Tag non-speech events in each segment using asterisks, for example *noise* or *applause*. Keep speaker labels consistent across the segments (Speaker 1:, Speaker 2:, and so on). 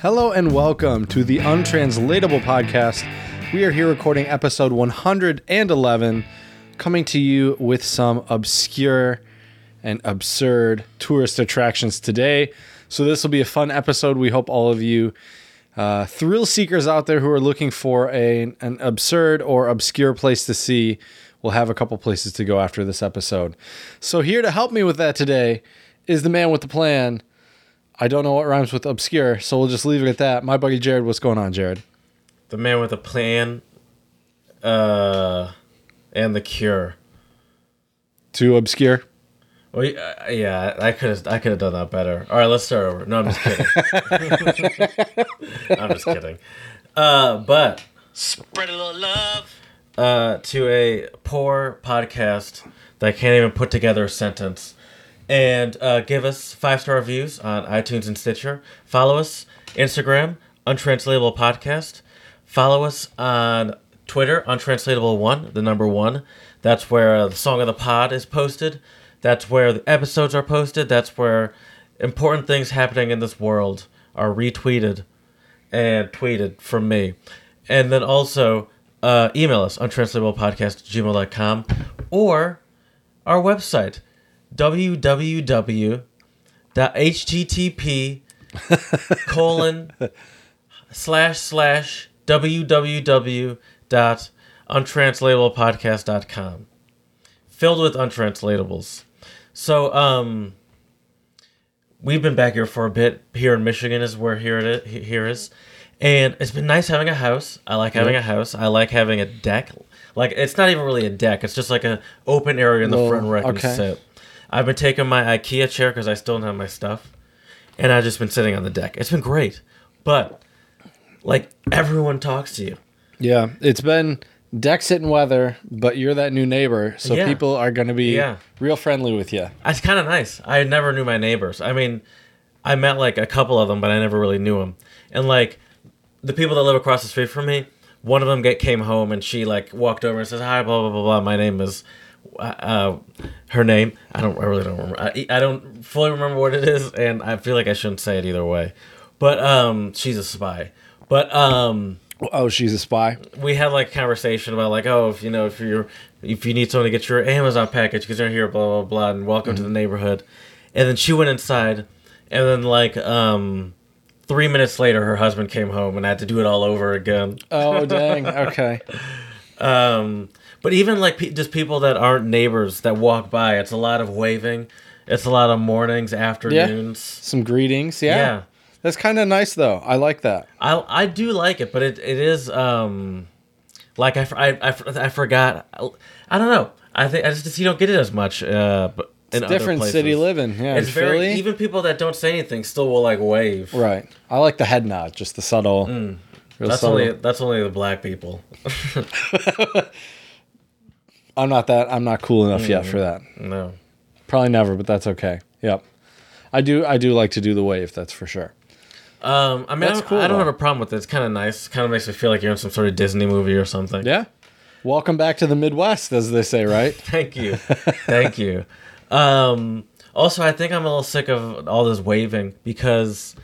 Speaker 1: Hello and welcome to the Untranslatable Podcast. We are here recording episode 111, coming to you with some obscure and absurd tourist attractions today. So, this will be a fun episode. We hope all of you uh, thrill seekers out there who are looking for a, an absurd or obscure place to see will have a couple places to go after this episode. So, here to help me with that today is the man with the plan. I don't know what rhymes with obscure, so we'll just leave it at that. My buddy Jared, what's going on, Jared?
Speaker 2: The Man with a Plan, uh, and The Cure.
Speaker 1: Too obscure?
Speaker 2: Well, y- uh, yeah, I could have I could have done that better. All right, let's start over. No, I'm just kidding. *laughs* I'm just kidding. Uh, but
Speaker 3: Spread a little love.
Speaker 2: uh, to a poor podcast that can't even put together a sentence, and uh, give us five star reviews on iTunes and Stitcher. Follow us Instagram Untranslatable Podcast. Follow us on Twitter Untranslatable One, the number one. That's where the song of the pod is posted. That's where the episodes are posted. That's where important things happening in this world are retweeted and tweeted from me. And then also uh, email us on translatabilipodcast@gmail.com or our website www.http colon slash slash www.untranslatablepodcast.com filled with untranslatables. So um we've been back here for a bit. Here in Michigan is where here it is, here is, and it's been nice having a house. I like having a house. I like having a deck. Like it's not even really a deck. It's just like an open area in the
Speaker 1: Little-
Speaker 2: front where I can
Speaker 1: okay.
Speaker 2: sit. I've been taking my IKEA chair because I still don't have my stuff, and I've just been sitting on the deck. It's been great, but like everyone talks to you.
Speaker 1: Yeah, it's been Dexit and weather, but you're that new neighbor, so
Speaker 2: Yeah.
Speaker 1: people are going to be
Speaker 2: Yeah.
Speaker 1: real friendly with you.
Speaker 2: It's kind of nice. I never knew my neighbors. I mean, I met like a couple of them, but I never really knew them. And like the people that live across the street from me, one of them get, came home and she like walked over and says, "Hi, blah blah blah blah. My name is." Uh, her name I don't I really don't remember I, I don't fully remember what it is and I feel like I shouldn't say it either way but um she's a spy but um
Speaker 1: Oh, she's a spy.
Speaker 2: we had like a conversation about like oh if you know if you're if you need someone to get your Amazon package because they're here blah blah blah and welcome to the neighborhood, and then she went inside, and then like um three minutes later her husband came home and I had to do it all over again.
Speaker 1: Oh, dang. *laughs* Okay.
Speaker 2: Um, but even like pe- just people that aren't neighbors that walk by, it's a lot of waving, it's a lot of mornings, afternoons.
Speaker 1: Some greetings. Yeah.
Speaker 2: Yeah.
Speaker 1: That's kind of nice, though. I like that.
Speaker 2: I I do like it, but it, it is um like I, f- I, I f- I forgot I, I don't know I think I just you don't get it as much uh but in other
Speaker 1: Different
Speaker 2: places.
Speaker 1: city living. Yeah.
Speaker 2: It's
Speaker 1: in
Speaker 2: very
Speaker 1: Philly.
Speaker 2: even people that don't say anything still will like wave.
Speaker 1: Right. I like the head nod, just the subtle. real
Speaker 2: Mm. That's
Speaker 1: subtle.
Speaker 2: only that's only the black people.
Speaker 1: I'm not that. I'm not cool enough
Speaker 2: Mm.
Speaker 1: yet for that.
Speaker 2: No.
Speaker 1: Probably never, but that's okay. Yep. I do. I do like to do the wave. That's for sure.
Speaker 2: Um, I mean,
Speaker 1: That's
Speaker 2: I don't,
Speaker 1: cool,
Speaker 2: I don't
Speaker 1: though.
Speaker 2: have a problem with it. It's kind of nice. Kind of makes me feel like you're in some sort of Disney movie or something.
Speaker 1: Yeah. Welcome back to the Midwest, as they say, right?
Speaker 2: Thank you. Thank you. Um, also, I think I'm a little sick of all this waving because,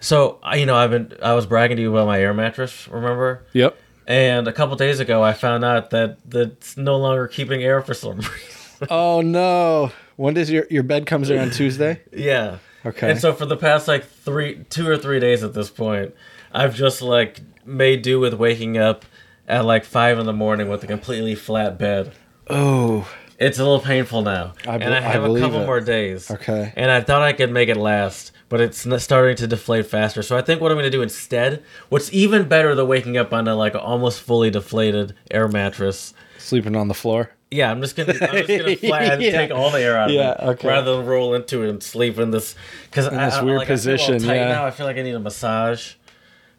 Speaker 2: so I- you know, I've been I was bragging to you about my air mattress, remember?
Speaker 1: *laughs* yep.
Speaker 2: And a couple days ago, I found out that that's no longer keeping air for some *laughs* reason.
Speaker 1: Oh no. When does your your bed comes there on Tuesday?
Speaker 2: yeah.
Speaker 1: Okay.
Speaker 2: And so for the past like three, two or three days at this point, I've just like made do with waking up at like five in the morning with a completely flat bed.
Speaker 1: Oh.
Speaker 2: It's a little painful now,
Speaker 1: I bel-
Speaker 2: and I
Speaker 1: I
Speaker 2: have a
Speaker 1: believe
Speaker 2: couple
Speaker 1: it.
Speaker 2: more days.
Speaker 1: Okay.
Speaker 2: And I thought I could make it last, but it's n- starting to deflate faster. So I think what I'm going to do instead, what's even better than waking up on a like almost fully deflated air mattress.
Speaker 1: Sleeping on the floor.
Speaker 2: Yeah, I'm just gonna I'm
Speaker 1: *laughs*
Speaker 2: just gonna flat
Speaker 1: Yeah.
Speaker 2: take all the air out
Speaker 1: Yeah,
Speaker 2: of it
Speaker 1: okay.
Speaker 2: rather than roll into it and sleep in this because I,
Speaker 1: this
Speaker 2: I-
Speaker 1: weird
Speaker 2: like, I feel all
Speaker 1: position,
Speaker 2: tight
Speaker 1: yeah.
Speaker 2: Now I feel like I need a massage.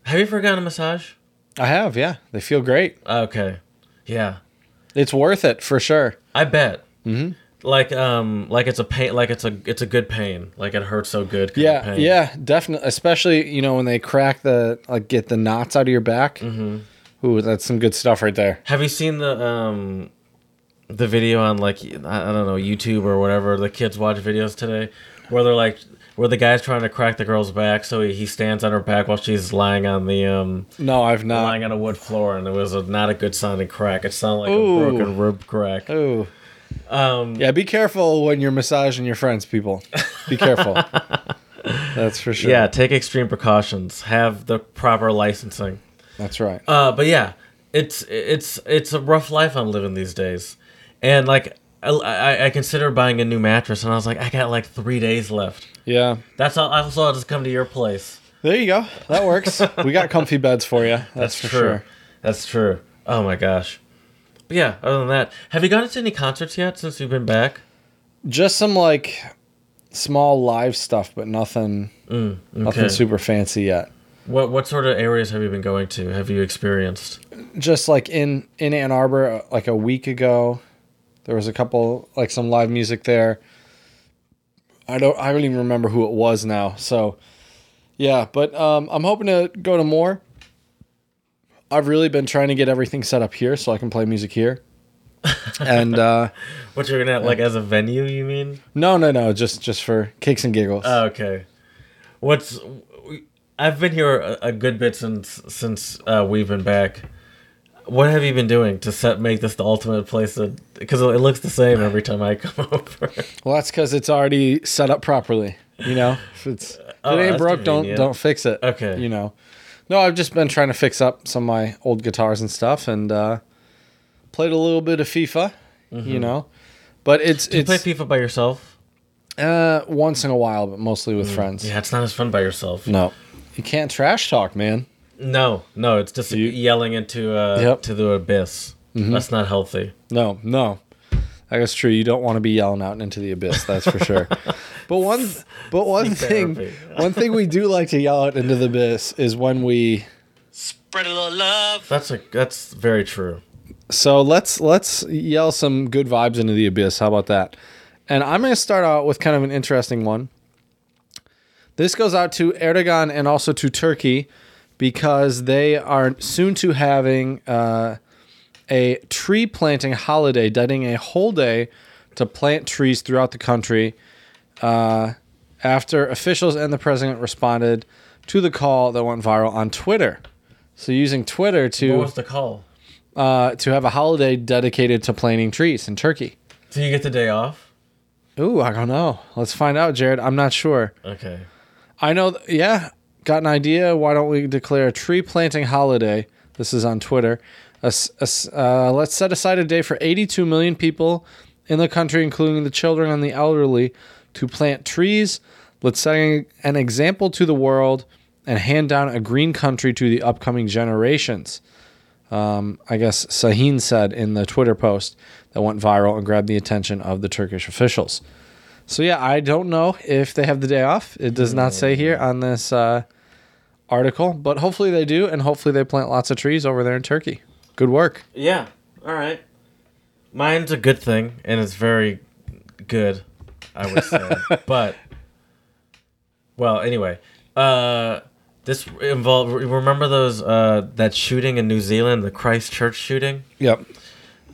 Speaker 2: Have you ever gotten a massage?
Speaker 1: I have. Yeah. They feel great.
Speaker 2: Okay. Yeah.
Speaker 1: It's worth it for sure.
Speaker 2: I bet. Mm-hmm. Like um, like it's a pain, like it's a it's a good pain, like it hurts so good. Kind
Speaker 1: Yeah.
Speaker 2: of pain.
Speaker 1: Yeah. Definitely. Especially you know when they crack the like get the knots out of your back. Mm-hmm. Ooh, that's some good stuff right there.
Speaker 2: Have you seen the um, the video on like I, I don't know YouTube or whatever the kids watch videos today, where they're like where the guy's trying to crack the girl's back, so he, he stands on her back while she's lying on the um
Speaker 1: No, I've not.
Speaker 2: lying on a wood floor, and it was a, not a good sounding crack. It sounded like
Speaker 1: Ooh.
Speaker 2: a broken rib crack.
Speaker 1: Oh. Um, yeah, be careful when you're massaging your friends, people. Be careful. That's for sure.
Speaker 2: Yeah, take extreme precautions. Have the proper licensing.
Speaker 1: That's right.
Speaker 2: Uh, but yeah, it's it's it's a rough life I'm living these days, and like I, I, I considered buying a new mattress, and I was like, I got like three days left.
Speaker 1: yeah.
Speaker 2: That's all. I will just come to your place.
Speaker 1: There you go. That works. we got comfy beds for you. That's, for
Speaker 2: true.
Speaker 1: sure.
Speaker 2: That's true. Oh my gosh. But yeah. Other than that, have you gone to any concerts yet since you've been back?
Speaker 1: Just some like small live stuff, but nothing nothing super fancy yet.
Speaker 2: Mm, What what sort of areas have you been going to? Have you experienced?
Speaker 1: just like in in Ann Arbor uh, like a week ago there was a couple like some live music there I don't I don't even remember who it was now so yeah but um I'm hoping to go to more I've really been trying to get everything set up here so I can play music
Speaker 2: *laughs*
Speaker 1: here and uh
Speaker 2: What you're gonna like as a venue? You mean?
Speaker 1: no no no just just for kicks and giggles
Speaker 2: Oh, okay. What's I've been here a, a good bit since since uh, we've been back. What have you been doing to set make this the ultimate place? Because it looks the same every time I *laughs* come over.
Speaker 1: well that's cuz it's already set up properly you know if it's if
Speaker 2: Oh,
Speaker 1: it ain't
Speaker 2: that's
Speaker 1: broke don't
Speaker 2: convenient.
Speaker 1: don't fix it
Speaker 2: Okay.
Speaker 1: you know. No, I've just been trying to fix up some of my old guitars and stuff, and uh, played a little bit of FIFA, you know. But it's
Speaker 2: Mm-hmm. you play
Speaker 1: it's
Speaker 2: FIFA by yourself?
Speaker 1: uh, once in a while, but mostly with friends.
Speaker 2: Mm, Yeah, it's not as fun by yourself.
Speaker 1: No, you can't trash talk, man.
Speaker 2: No, no, it's just yelling into uh,
Speaker 1: Yep.
Speaker 2: to the abyss. That's not healthy.
Speaker 1: No, no, that's true. You don't want to be yelling out into the abyss. That's for
Speaker 2: *laughs*
Speaker 1: sure. but one, but one thing,
Speaker 2: therapy.
Speaker 1: one thing we do like to yell out into the abyss is when we
Speaker 3: Spread a little love.
Speaker 2: That's a that's very true.
Speaker 1: So let's let's yell some good vibes into the abyss. How about that? And I'm going to start out with kind of an interesting one. This goes out to Erdogan and also to Turkey because they are soon to having uh, a tree planting holiday, dedicating a whole day to plant trees throughout the country. Uh, after officials and the president responded to the call that went viral on Twitter, so using Twitter to
Speaker 2: What was the call?
Speaker 1: uh, to have a holiday dedicated to planting trees in Turkey.
Speaker 2: Do you get the day off?
Speaker 1: Ooh, I don't know. Let's find out, Jared. I'm not sure.
Speaker 2: Okay.
Speaker 1: I know. Th- yeah, got an idea. Why don't we declare a tree planting holiday? This is on Twitter. A s- a s- uh, let's set aside a day for 82 million people in the country, including the children and the elderly, to plant trees. Let's set an- an example to the world and hand down a green country to the upcoming generations. Um, I guess Sahin said in the Twitter post that went viral and grabbed the attention of the Turkish officials. So yeah, I don't know if they have the day off. It does not say here on this uh, article, but hopefully they do, and hopefully they plant lots of trees over there in Turkey. Good work.
Speaker 2: Yeah. All right. Mine's a good thing, and it's very good, I would say. but well, anyway, uh, this involved. Remember those uh, that shooting in New Zealand, the Christchurch shooting.
Speaker 1: Yep.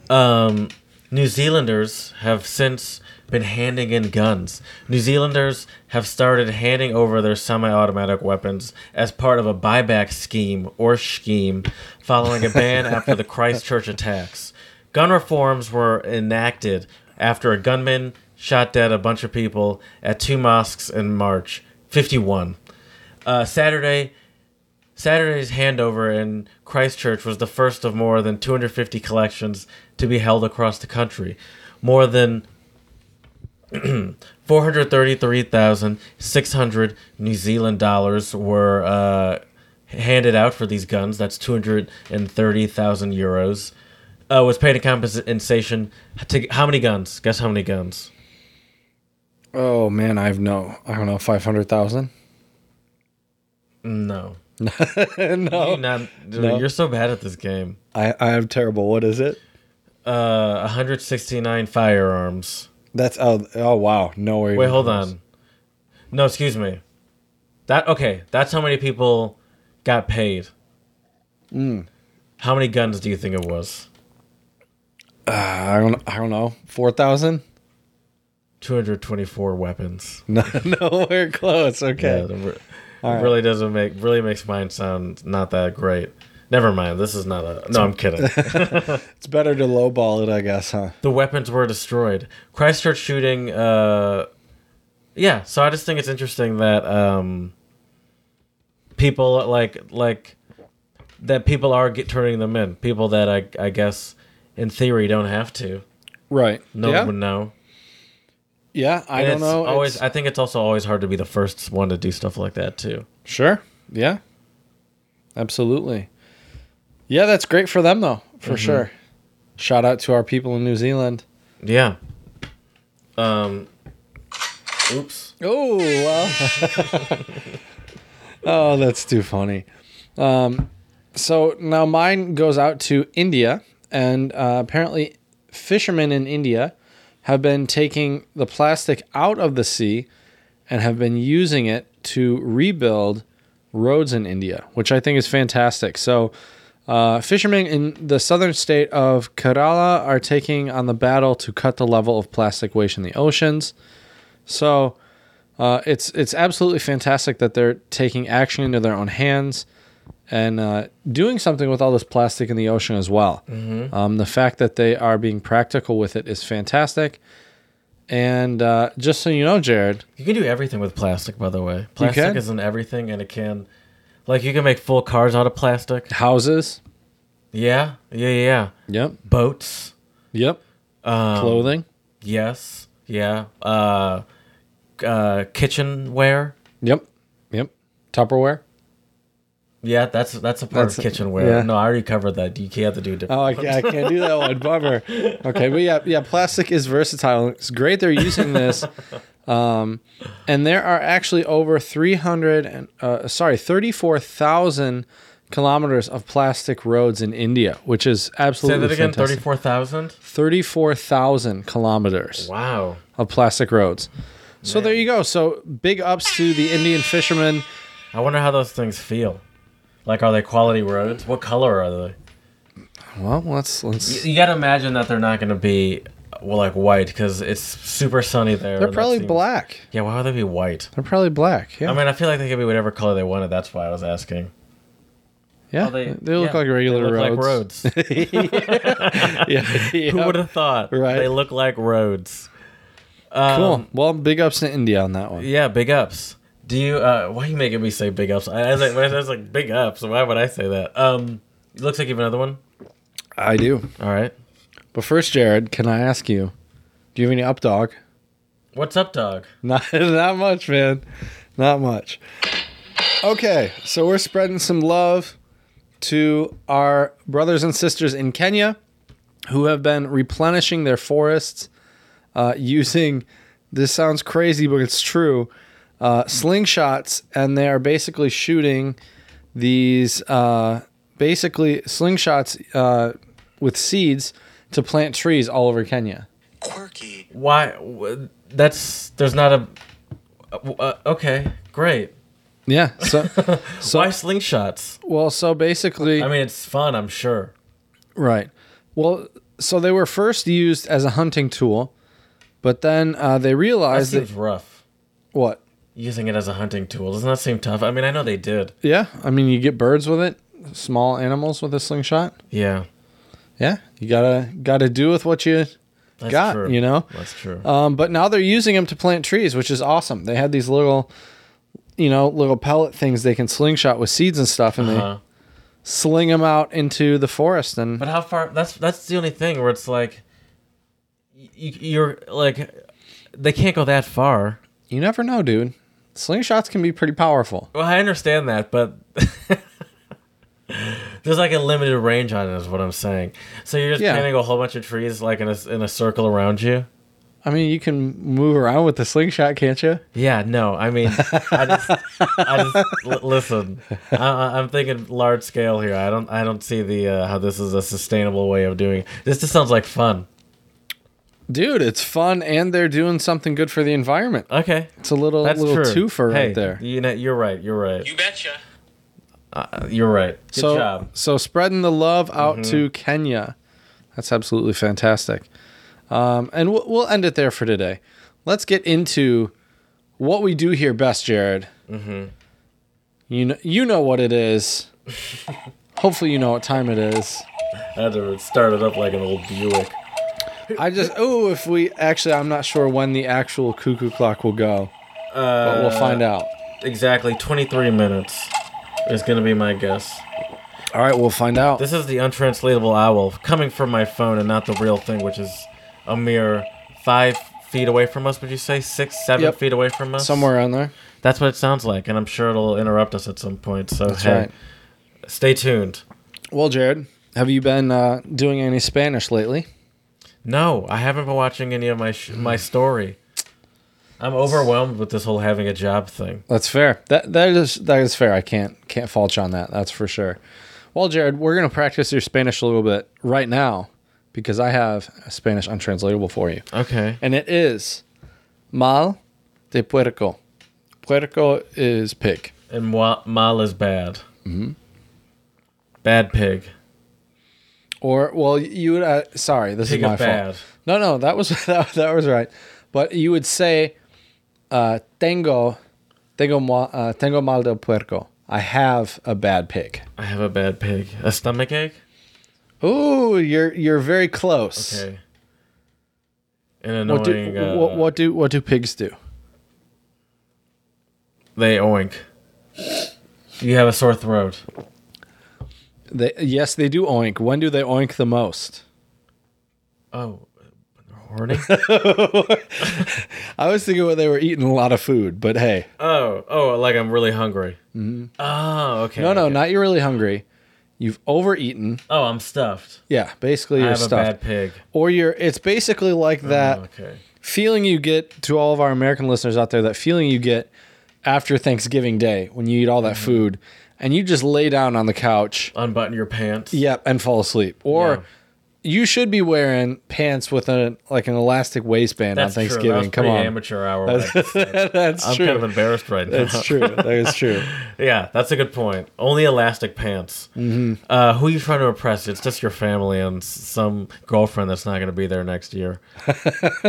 Speaker 2: Um, New Zealanders have since been handing in guns. New Zealanders have started handing over their semi-automatic weapons as part of a buyback scheme or scheme following a ban after the Christchurch attacks. Gun reforms were enacted after a gunman shot dead a bunch of people at two mosques in March 51. Uh, Saturday, Saturday's handover in Christchurch was the first of more than 250 collections to be held across the country. More than *clears throat* 433,600 New Zealand dollars were uh, handed out for these guns. That's 230,000 euros. Uh, was paid in compensation to how many guns? Guess how many guns?
Speaker 1: Oh man, I have no. I don't know. Five hundred thousand. *laughs*
Speaker 2: No.
Speaker 1: no,
Speaker 2: You're, not, you're so bad at this game.
Speaker 1: I I am terrible. What is it?
Speaker 2: Uh, 169 firearms.
Speaker 1: That's oh oh wow. Nowhere.
Speaker 2: Wait,
Speaker 1: even
Speaker 2: hold
Speaker 1: close.
Speaker 2: on. No, excuse me. That okay? That's how many people got paid. How many guns do you think it was?
Speaker 1: I don't. I don't know. Four thousand.
Speaker 2: 224 weapons.
Speaker 1: *laughs* No, nowhere close. Okay.
Speaker 2: Yeah, it re- it really doesn't make really makes mine sound not that great. Never mind. This is not a. No, I'm kidding.
Speaker 1: It's better to lowball it, I guess, huh?
Speaker 2: the weapons were destroyed. Christchurch shooting. Uh, yeah, so I just think it's interesting that um, people like like that people are get, turning them in. People that I I guess in theory don't have to.
Speaker 1: Right.
Speaker 2: No
Speaker 1: yeah.
Speaker 2: one would know.
Speaker 1: yeah, I
Speaker 2: And
Speaker 1: don't
Speaker 2: it's
Speaker 1: know.
Speaker 2: Always,
Speaker 1: It's-
Speaker 2: I think it's also always hard to be the first one to do stuff like that too.
Speaker 1: Sure. Yeah. Absolutely. Yeah, that's great for them though, for sure. Shout out to our people in New Zealand.
Speaker 2: Yeah. Um. Oops.
Speaker 1: Oh well. *laughs* oh, that's too funny. Um, so now mine goes out to India, and uh, apparently fishermen in India have been taking the plastic out of the sea and have been using it to rebuild roads in India, which I think is fantastic. So. Uh, fishermen in the southern state of Kerala are taking on the battle to cut the level of plastic waste in the oceans. So uh, it's it's absolutely fantastic that they're taking action into their own hands and uh, doing something with all this plastic in the ocean as well. Um, the fact that they are being practical with it is fantastic. And uh, just so you know, Jared,
Speaker 2: You can do everything with plastic, by the way. Plastic
Speaker 1: can?
Speaker 2: is in everything, and it can, like, you can make full cars out of plastic.
Speaker 1: houses.
Speaker 2: Yeah, yeah, yeah.
Speaker 1: Yep.
Speaker 2: Boats.
Speaker 1: Yep. Clothing.
Speaker 2: Yes. Yeah. Uh, uh, kitchenware.
Speaker 1: Yep. Yep. Tupperware.
Speaker 2: Yeah, that's that's a part
Speaker 1: That's-
Speaker 2: of kitchenware.
Speaker 1: yeah.
Speaker 2: No, I already covered that. You can't have to do different.
Speaker 1: Oh, I, I can't do that one. Bummer. Okay, but yeah, yeah, plastic is versatile. It's great they're using this. Um, and there are actually over 300 and uh, sorry, 34,000 kilometers of plastic roads in India, which is
Speaker 2: Say
Speaker 1: absolutely
Speaker 2: that again.
Speaker 1: fantastic.
Speaker 2: Thirty-four thousand.
Speaker 1: 34,000 kilometers
Speaker 2: Wow.
Speaker 1: of plastic roads. So there you go. So big ups to the Indian fishermen.
Speaker 2: I wonder how those things feel. Like, are they quality roads? What color are they?
Speaker 1: Well, let's let's
Speaker 2: You gotta imagine that they're not gonna be well, like white because it's super sunny there.
Speaker 1: They're
Speaker 2: That
Speaker 1: probably
Speaker 2: seems-
Speaker 1: black.
Speaker 2: Yeah, why would they be white?
Speaker 1: They're probably black. Yeah.
Speaker 2: I mean, I feel like they could be whatever color they wanted. That's why I was asking.
Speaker 1: yeah.
Speaker 2: Oh,
Speaker 1: *laughs* they, look like
Speaker 2: yeah,
Speaker 1: regular
Speaker 2: they look
Speaker 1: roads. *laughs*
Speaker 2: Like roads.
Speaker 1: yeah. yeah.
Speaker 2: Who would have thought?
Speaker 1: Right.
Speaker 2: They look like roads.
Speaker 1: Cool. well, big ups to India on that one.
Speaker 2: Yeah, big ups. Do you? Uh, why are you making me say big ups? I I was like, I was like big ups. Why would I say that? Um, it looks like you have another one.
Speaker 1: I do.
Speaker 2: All right.
Speaker 1: But first, Jared, can I ask you, do you have any up dog?
Speaker 2: What's up, dog?
Speaker 1: Not, *laughs* not much, man. Not much. Okay, so we're spreading some love to our brothers and sisters in Kenya who have been replenishing their forests uh, *laughs* using this sounds crazy, but it's true uh, slingshots, and they are basically shooting these uh, basically slingshots uh, with seeds to plant trees all over Kenya.
Speaker 3: Quirky.
Speaker 2: Why? w- That's there's not a. Uh, okay, great.
Speaker 1: Yeah. So, *laughs* so
Speaker 2: Why slingshots?
Speaker 1: well, so basically,
Speaker 2: I mean, it's fun, I'm sure.
Speaker 1: Right. Well, so they were first used as a hunting tool, but then uh, they
Speaker 2: That
Speaker 1: realized that
Speaker 2: seems rough.
Speaker 1: what?
Speaker 2: Using it as a hunting tool doesn't that seem tough? I mean, I know they did.
Speaker 1: Yeah, I mean, you get birds with it, small animals with a slingshot.
Speaker 2: Yeah,
Speaker 1: Yeah, you gotta gotta do with what you
Speaker 2: that's
Speaker 1: got,
Speaker 2: true.
Speaker 1: you know.
Speaker 2: that's true.
Speaker 1: Um, but now they're using them to plant trees, which is awesome. They had these little, you know, little pellet things they can slingshot with seeds and stuff, and
Speaker 2: Uh-huh.
Speaker 1: they sling them out into the forest. And
Speaker 2: But how far? That's that's the only thing where it's like, y- y- you're like, they can't go that far.
Speaker 1: you never know, dude. Slingshots can be pretty powerful.
Speaker 2: Well, I understand that, but *laughs* there's like a limited range on it, is what I'm saying. So you're just
Speaker 1: Yeah.
Speaker 2: planting a whole bunch of trees like in a in a circle around you.
Speaker 1: I mean, you can move around with the slingshot, can't you?
Speaker 2: Yeah, no, I mean, I just, I just l- listen. I- I, I'm thinking large scale here. I don't, I don't see the uh, how this is a sustainable way of doing. It. This just sounds like fun.
Speaker 1: Dude, it's fun and they're doing something good for the environment.
Speaker 2: Okay,
Speaker 1: It's a little
Speaker 2: that's
Speaker 1: little
Speaker 2: true.
Speaker 1: twofer
Speaker 2: hey,
Speaker 1: right there.
Speaker 2: You know, you're right. You're right. Uh,
Speaker 3: You betcha.
Speaker 2: You're right. Good
Speaker 1: so
Speaker 2: job. Mm-hmm.
Speaker 1: so spreading the love out to Kenya. That's absolutely fantastic. Um, and we'll, we'll end it there for today. let's get into what we do here best, Jared.
Speaker 2: Mm-hmm.
Speaker 1: You know, you know what it
Speaker 2: *laughs*
Speaker 1: is. Hopefully, you know what time it is.
Speaker 2: I had to start it up like an old Buick.
Speaker 1: I just oh, if we actually, I'm not sure when the actual cuckoo clock will go, but we'll find
Speaker 2: Uh,
Speaker 1: out.
Speaker 2: Exactly 23 minutes is going to be my guess.
Speaker 1: All right, we'll find out.
Speaker 2: This is the untranslatable owl coming from my phone and not the real thing, which is a mere five feet away from us, would you say? Six, seven
Speaker 1: Yep.
Speaker 2: feet away from us?
Speaker 1: Somewhere around there.
Speaker 2: That's what it sounds like, and I'm sure it'll interrupt us at some point. So,
Speaker 1: That's
Speaker 2: hey,
Speaker 1: right.
Speaker 2: stay tuned.
Speaker 1: Well, Jared, have you been uh, doing any Spanish lately?
Speaker 2: No, I haven't been watching any of my sh- my story. I'm overwhelmed with this whole having a job thing.
Speaker 1: That's fair. That that is that is fair. I can't can't fault you on that. That's for sure. Well, Jared, we're gonna practice your Spanish a little bit right now because I have a Spanish untranslatable for you,
Speaker 2: Okay.
Speaker 1: and it is mal de puerco. Puerco is pig.
Speaker 2: And moi- mal is bad. Mm-hmm. Bad pig.
Speaker 1: Or well, you would. Uh, sorry, this
Speaker 2: Pig
Speaker 1: is my
Speaker 2: of bad.
Speaker 1: fault. No, no, that was *laughs* that, that was right. But you would say, uh, "Tengo, tengo, mal, uh, tengo mal del puerco." I have a bad pig.
Speaker 2: I have a bad pig. A stomach ache?
Speaker 1: Ooh, you're you're very close.
Speaker 2: Okay. An
Speaker 1: What do
Speaker 2: annoying. uh,
Speaker 1: what, what do what do pigs do?
Speaker 2: They oink. You have a sore throat.
Speaker 1: They yes, they do oink. When do they oink the most?
Speaker 2: Oh, they're horny?
Speaker 1: I was thinking when they were eating a lot of food, but hey,
Speaker 2: *laughs* oh, oh, like I'm really hungry. Oh, okay.
Speaker 1: no, no,
Speaker 2: okay.
Speaker 1: not you're really hungry. You've overeaten.
Speaker 2: Oh, I'm stuffed.
Speaker 1: Yeah, basically
Speaker 2: I
Speaker 1: you're
Speaker 2: have a
Speaker 1: stuffed.
Speaker 2: bad pig.
Speaker 1: Or you're. It's basically like that.
Speaker 2: okay.
Speaker 1: feeling you get to all of our American listeners out there, that feeling you get after Thanksgiving Day when you eat all
Speaker 2: Mm-hmm.
Speaker 1: that food and you just lay down on the couch,
Speaker 2: Unbutton your pants.
Speaker 1: yep, and fall asleep. Or
Speaker 2: Yeah.
Speaker 1: you should be wearing pants with an like an elastic waistband
Speaker 2: That's
Speaker 1: on
Speaker 2: True. That
Speaker 1: Thanksgiving.
Speaker 2: was
Speaker 1: Come
Speaker 2: pretty
Speaker 1: on.
Speaker 2: amateur hour.
Speaker 1: *laughs*
Speaker 2: what I
Speaker 1: That's,
Speaker 2: just said.
Speaker 1: that's
Speaker 2: I'm
Speaker 1: true.
Speaker 2: kind of embarrassed right now.
Speaker 1: that's true. That is true.
Speaker 2: *laughs* Yeah, that's a good point. Only elastic pants. Mm-hmm. Uh, who are you trying to impress? It's just your family and s- some girlfriend that's not going to be there
Speaker 1: *laughs*
Speaker 2: next year.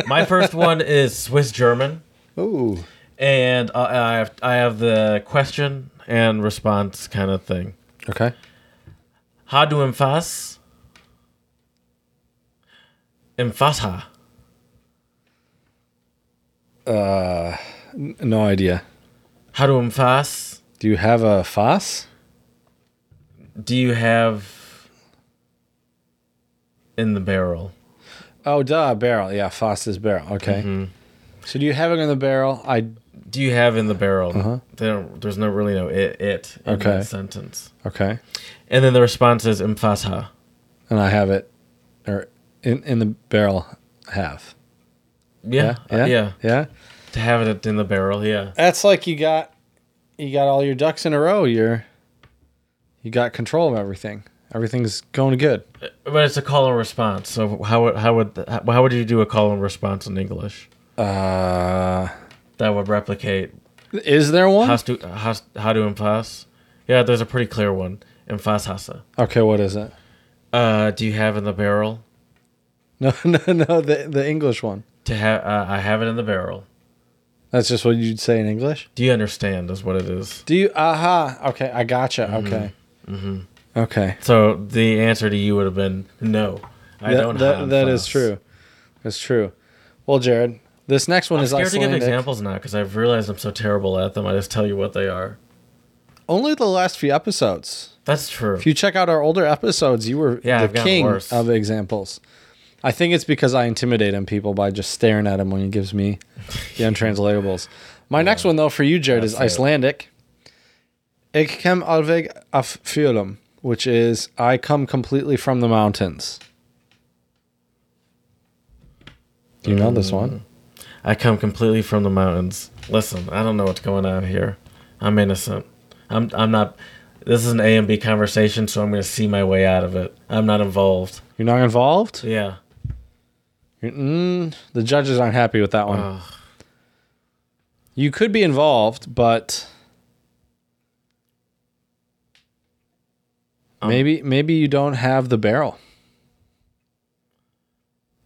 Speaker 2: My first one is Swiss German,
Speaker 1: Ooh.
Speaker 2: and uh, I I have I have the question and response kind of thing.
Speaker 1: Okay.
Speaker 2: How do emphas? Emphasa.
Speaker 1: No idea.
Speaker 2: How do emphas?
Speaker 1: Do you have a FOSS?
Speaker 2: Do you have in the barrel?
Speaker 1: Oh, duh, barrel. Yeah, FOSS is barrel. Okay.
Speaker 2: Mm-hmm.
Speaker 1: So do you have it in the barrel? I
Speaker 2: do you have in the barrel? They don't, there's no really no it, it in
Speaker 1: Okay.
Speaker 2: that sentence.
Speaker 1: okay.
Speaker 2: And then the response is emphasa.
Speaker 1: and I have it, or in in the barrel half.
Speaker 2: Yeah, uh, yeah,
Speaker 1: yeah.
Speaker 2: To have it in the barrel, yeah.
Speaker 1: That's like you got, you got all your ducks in a row. You're, you got control of everything. Everything's going good.
Speaker 2: But it's a call and response. So how would how would th- how would you do a call and response in English?
Speaker 1: Uh,
Speaker 2: That would replicate
Speaker 1: is there one?
Speaker 2: how to how, how to emphas. Yeah, there's a pretty clear one. Emphasasa.
Speaker 1: okay, what is it? *laughs*
Speaker 2: Uh, do you have in the barrel?
Speaker 1: No, no, no. The the English one.
Speaker 2: To have uh, I have it in the barrel.
Speaker 1: That's just what you'd say in English.
Speaker 2: Do you understand? Is what it is.
Speaker 1: Do you? Aha. Okay, I gotcha. Okay. Mm-hmm. Okay.
Speaker 2: So the answer to you would have been no. I
Speaker 1: That-
Speaker 2: don't.
Speaker 1: That,
Speaker 2: have
Speaker 1: that is
Speaker 2: emphas.
Speaker 1: true. That's true. Well, Jared, this next one
Speaker 2: I'm
Speaker 1: is
Speaker 2: scared to give
Speaker 1: Icelandic.
Speaker 2: examples now because I've realized I'm so terrible at them. I just tell you what they are.
Speaker 1: Only the last few episodes.
Speaker 2: That's true.
Speaker 1: If you check out our older episodes, you were
Speaker 2: Yeah, I've
Speaker 1: the
Speaker 2: gotten
Speaker 1: king
Speaker 2: worse.
Speaker 1: of examples. I think it's because I intimidate him people by just staring at him when he gives me the untranslatables. My next one though for you, Jared, is
Speaker 2: That's it.
Speaker 1: Icelandic. Ik kem alveg af fjölum, which is I come completely from the mountains. Do you know this
Speaker 2: Mm.
Speaker 1: one?
Speaker 2: I come completely from the mountains. Listen, I don't know what's going on here. I'm innocent. I'm. I'm not. This is an A and B conversation, so I'm going to see my way out of it. I'm not involved.
Speaker 1: You're not involved?
Speaker 2: Yeah.
Speaker 1: You're- mm, the judges aren't happy with that one.
Speaker 2: Ugh.
Speaker 1: You could be involved, but
Speaker 2: Um.
Speaker 1: maybe maybe you don't have the barrel.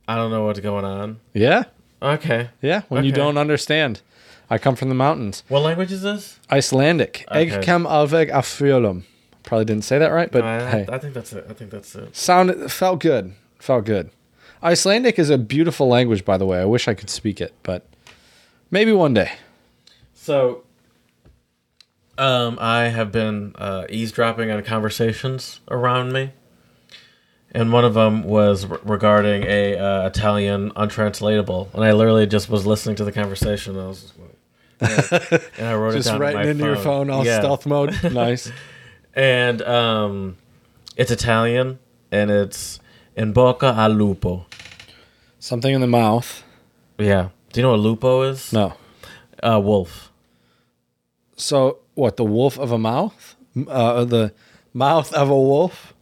Speaker 2: I don't know what's going on.
Speaker 1: Yeah,
Speaker 2: Okay.
Speaker 1: Yeah, when you
Speaker 2: Okay.
Speaker 1: don't understand. I come from the mountains.
Speaker 2: What language is this?
Speaker 1: Icelandic.
Speaker 2: Okay.
Speaker 1: Egg kem aveg afjolum. Probably didn't say that right, but
Speaker 2: I,
Speaker 1: hey.
Speaker 2: I think that's it. I think that's it.
Speaker 1: Sound felt good. Felt good. Icelandic is a beautiful language, by the way. I wish I could speak it, but maybe one day.
Speaker 2: So, um, I have been uh, eavesdropping on conversations around me, and one of them was re- regarding a uh, Italian untranslatable, and I literally just was listening to the conversation. And I was just like, yeah.
Speaker 1: *laughs*
Speaker 2: and I wrote it
Speaker 1: Just
Speaker 2: down on
Speaker 1: writing
Speaker 2: my
Speaker 1: into your phone, all
Speaker 2: Yeah.
Speaker 1: stealth mode.
Speaker 2: *laughs*
Speaker 1: Nice.
Speaker 2: and um, it's Italian, and it's in bocca al lupo.
Speaker 1: Something in the mouth.
Speaker 2: Yeah, do you know what lupo is?
Speaker 1: No.
Speaker 2: uh, wolf.
Speaker 1: So what? The wolf of a mouth? M- Uh, the mouth of a wolf?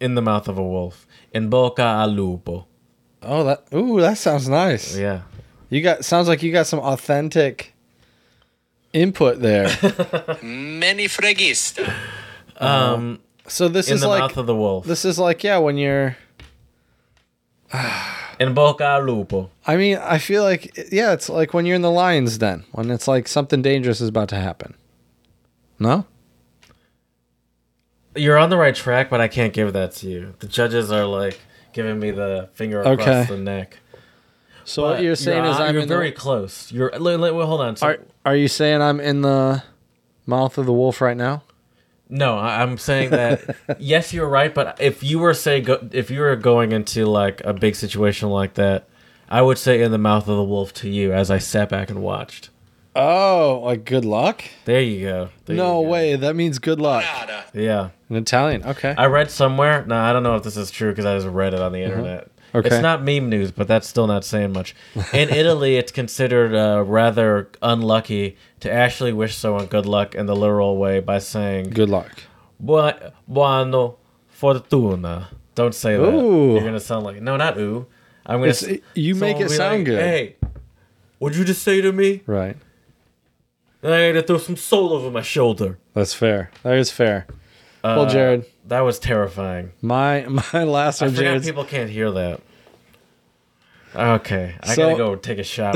Speaker 2: In the mouth of a wolf. In bocca al lupo.
Speaker 1: Oh, that. Ooh, that sounds nice.
Speaker 2: Yeah.
Speaker 1: You got. Sounds like you got some authentic input
Speaker 2: *laughs*
Speaker 1: there.
Speaker 3: Many fragista.
Speaker 2: Um,
Speaker 1: so this
Speaker 2: in
Speaker 1: is
Speaker 2: the
Speaker 1: like.
Speaker 2: mouth of the wolf.
Speaker 1: this is like yeah. When you're.
Speaker 2: in bocca al lupo.
Speaker 1: I mean, I feel like yeah, it's like when you're in the lion's den, when it's like something dangerous is about to happen. No?
Speaker 2: You're on the right track, but I can't give that to you. The judges are like giving me the finger across
Speaker 1: Okay.
Speaker 2: the neck.
Speaker 1: So
Speaker 2: But
Speaker 1: what you're saying is
Speaker 2: on-
Speaker 1: I'm
Speaker 2: you're
Speaker 1: in
Speaker 2: very
Speaker 1: the,
Speaker 2: close. You're li- li- well, hold on. So,
Speaker 1: are, are you saying I'm in the mouth of the wolf right now?
Speaker 2: No, I, I'm saying that
Speaker 1: *laughs*
Speaker 2: yes, you're right. But if you were say go, if you were going into like a big situation like that, I would say in the mouth of the wolf to you as I sat back and watched.
Speaker 1: Oh, like good luck?
Speaker 2: There you go. There
Speaker 1: no
Speaker 2: you go.
Speaker 1: way, that means good luck.
Speaker 3: Nada.
Speaker 2: Yeah.
Speaker 1: In Italian. Okay.
Speaker 2: I read somewhere. No, I don't know if this is true because I just read it on the internet.
Speaker 1: Mm-hmm. Okay.
Speaker 2: It's not meme news, but that's still not saying much.
Speaker 1: *laughs*
Speaker 2: In Italy, it's considered uh, rather unlucky to actually wish someone good luck in the literal way by saying
Speaker 1: good luck.
Speaker 2: "Bu- buono fortuna." Don't say that.
Speaker 1: Ooh.
Speaker 2: You're gonna sound like no, not ooh. I'm gonna.
Speaker 1: It's-
Speaker 2: s-
Speaker 1: you make it
Speaker 2: someone will be
Speaker 1: sound
Speaker 2: like,
Speaker 1: good.
Speaker 2: Hey, what'd you just say to me?
Speaker 1: Right.
Speaker 2: And I had to throw some soul over my shoulder.
Speaker 1: That's fair. That is fair. well,
Speaker 2: Uh,
Speaker 1: Jared,
Speaker 2: that was terrifying.
Speaker 1: my *laughs* my last
Speaker 2: I
Speaker 1: one,
Speaker 2: forgot
Speaker 1: Jared's
Speaker 2: people can't hear that. Okay, I
Speaker 1: So-
Speaker 2: gotta go take
Speaker 1: *laughs*
Speaker 2: a shower.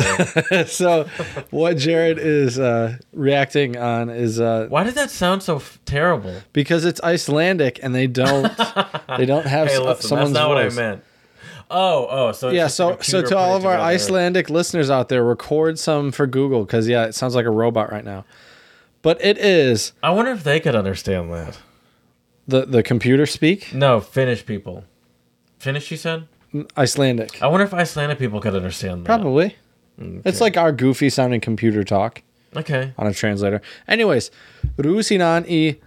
Speaker 1: *laughs* so what Jared is uh, reacting on is uh,
Speaker 2: Why did that sound so f- terrible?
Speaker 1: because it's Icelandic and they don't they don't have
Speaker 2: Hey,
Speaker 1: s- uh,
Speaker 2: listen, that's
Speaker 1: someone's
Speaker 2: not what I
Speaker 1: voice.
Speaker 2: meant. Oh, oh, so it's
Speaker 1: Yeah,
Speaker 2: just a
Speaker 1: so so
Speaker 2: computer
Speaker 1: to all
Speaker 2: putting
Speaker 1: of our
Speaker 2: together-
Speaker 1: Icelandic listeners out there, record some for Google because yeah, it sounds like a robot right now. But it is
Speaker 2: I wonder if they could understand that.
Speaker 1: the the computer speak
Speaker 2: No, Finnish people. Finnish, you said.
Speaker 1: Icelandic.
Speaker 2: I wonder if Icelandic people could understand that.
Speaker 1: Probably.
Speaker 2: Mm,
Speaker 1: It's like our goofy sounding computer talk
Speaker 2: Okay.
Speaker 1: on a translator. Anyways, rusinan i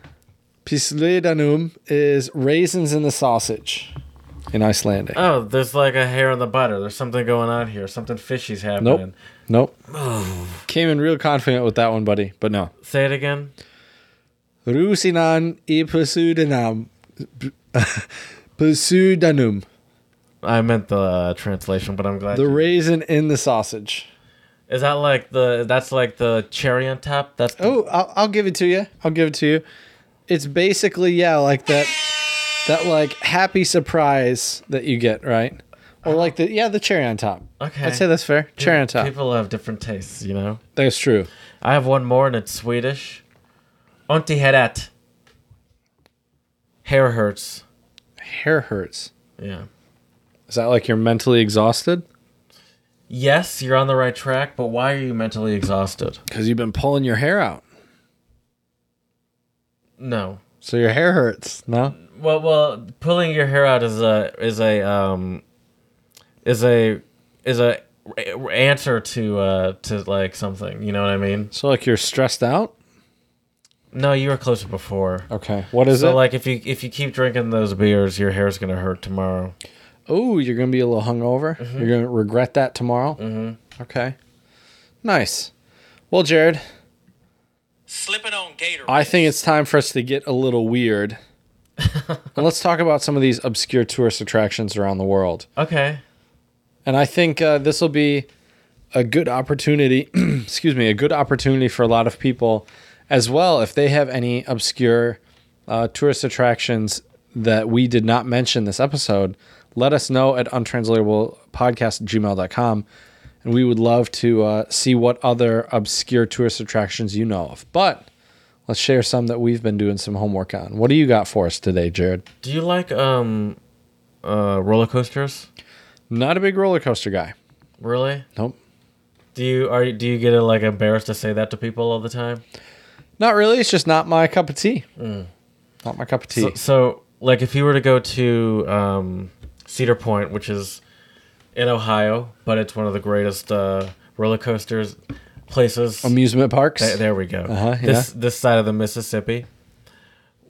Speaker 1: pisledanum is raisins in the sausage in Icelandic.
Speaker 2: Oh, there's like a hair on the butter. There's something going on here. Something fishy's happening.
Speaker 1: Nope. Nope. Came in real confident with that one, buddy, but no.
Speaker 2: Say it again.
Speaker 1: Rusinan i *laughs* pseudonym. Pseudonym.
Speaker 2: I meant the uh, translation, but I'm glad.
Speaker 1: The
Speaker 2: you-
Speaker 1: raisin in the sausage.
Speaker 2: Is that like the? That's like the cherry on top. That's the
Speaker 1: Oh, I'll, I'll give it to you. I'll give it to you. It's basically yeah, like that, that like happy surprise that you get, right? Or like the yeah, the cherry on top.
Speaker 2: Okay.
Speaker 1: I'd say that's fair. Cherry on top.
Speaker 2: People have different tastes, you know.
Speaker 1: That's true.
Speaker 2: I have one more, and it's Swedish. Ontiherat. Hair hurts.
Speaker 1: Hair hurts.
Speaker 2: Yeah.
Speaker 1: Is that like you're mentally exhausted?
Speaker 2: Yes, you're on the right track, but why are you mentally exhausted?
Speaker 1: Because you've been pulling your hair out,
Speaker 2: No.
Speaker 1: so your hair hurts. No.
Speaker 2: Well, well, pulling your hair out is a is a um is a is a r- answer to uh to like something. You know what I mean?
Speaker 1: So like you're stressed out.
Speaker 2: No, you were closer before.
Speaker 1: Okay. What is
Speaker 2: So
Speaker 1: it?
Speaker 2: like if you if you keep drinking those beers, your hair's gonna hurt tomorrow.
Speaker 1: oh, you're gonna be a little hungover. You're gonna regret that tomorrow. Mm-hmm. Okay. Nice. Well, Jared,
Speaker 3: Slipping on Gatorade.
Speaker 1: I think it's time for us to get a little weird. and let's talk about some of these obscure tourist attractions around the world.
Speaker 2: Okay.
Speaker 1: And I think uh, this will be a good opportunity, *clears throat* excuse me, a good opportunity for a lot of people as well if they have any obscure uh, tourist attractions that we did not mention this episode. Let us know at untranslatablepodcast@gmail.com and we would love to uh, see what other obscure tourist attractions you know of. But let's share some that we've been doing some homework on. What do you got for us today, Jared?
Speaker 2: Do you like um, uh, roller coasters?
Speaker 1: Not a big roller coaster guy.
Speaker 2: Really?
Speaker 1: Nope.
Speaker 2: Do you are you- do you get uh, like embarrassed to say that to people all the time?
Speaker 1: Not really. It's just not my cup of tea. Not my cup of tea.
Speaker 2: Mm. So, so, like, if you were to go to um, Cedar Point, which is in Ohio, but it's one of the greatest uh, roller coasters places.
Speaker 1: Amusement parks.
Speaker 2: Th- there we go.
Speaker 1: Um, Uh-huh,
Speaker 2: This this side of the Mississippi.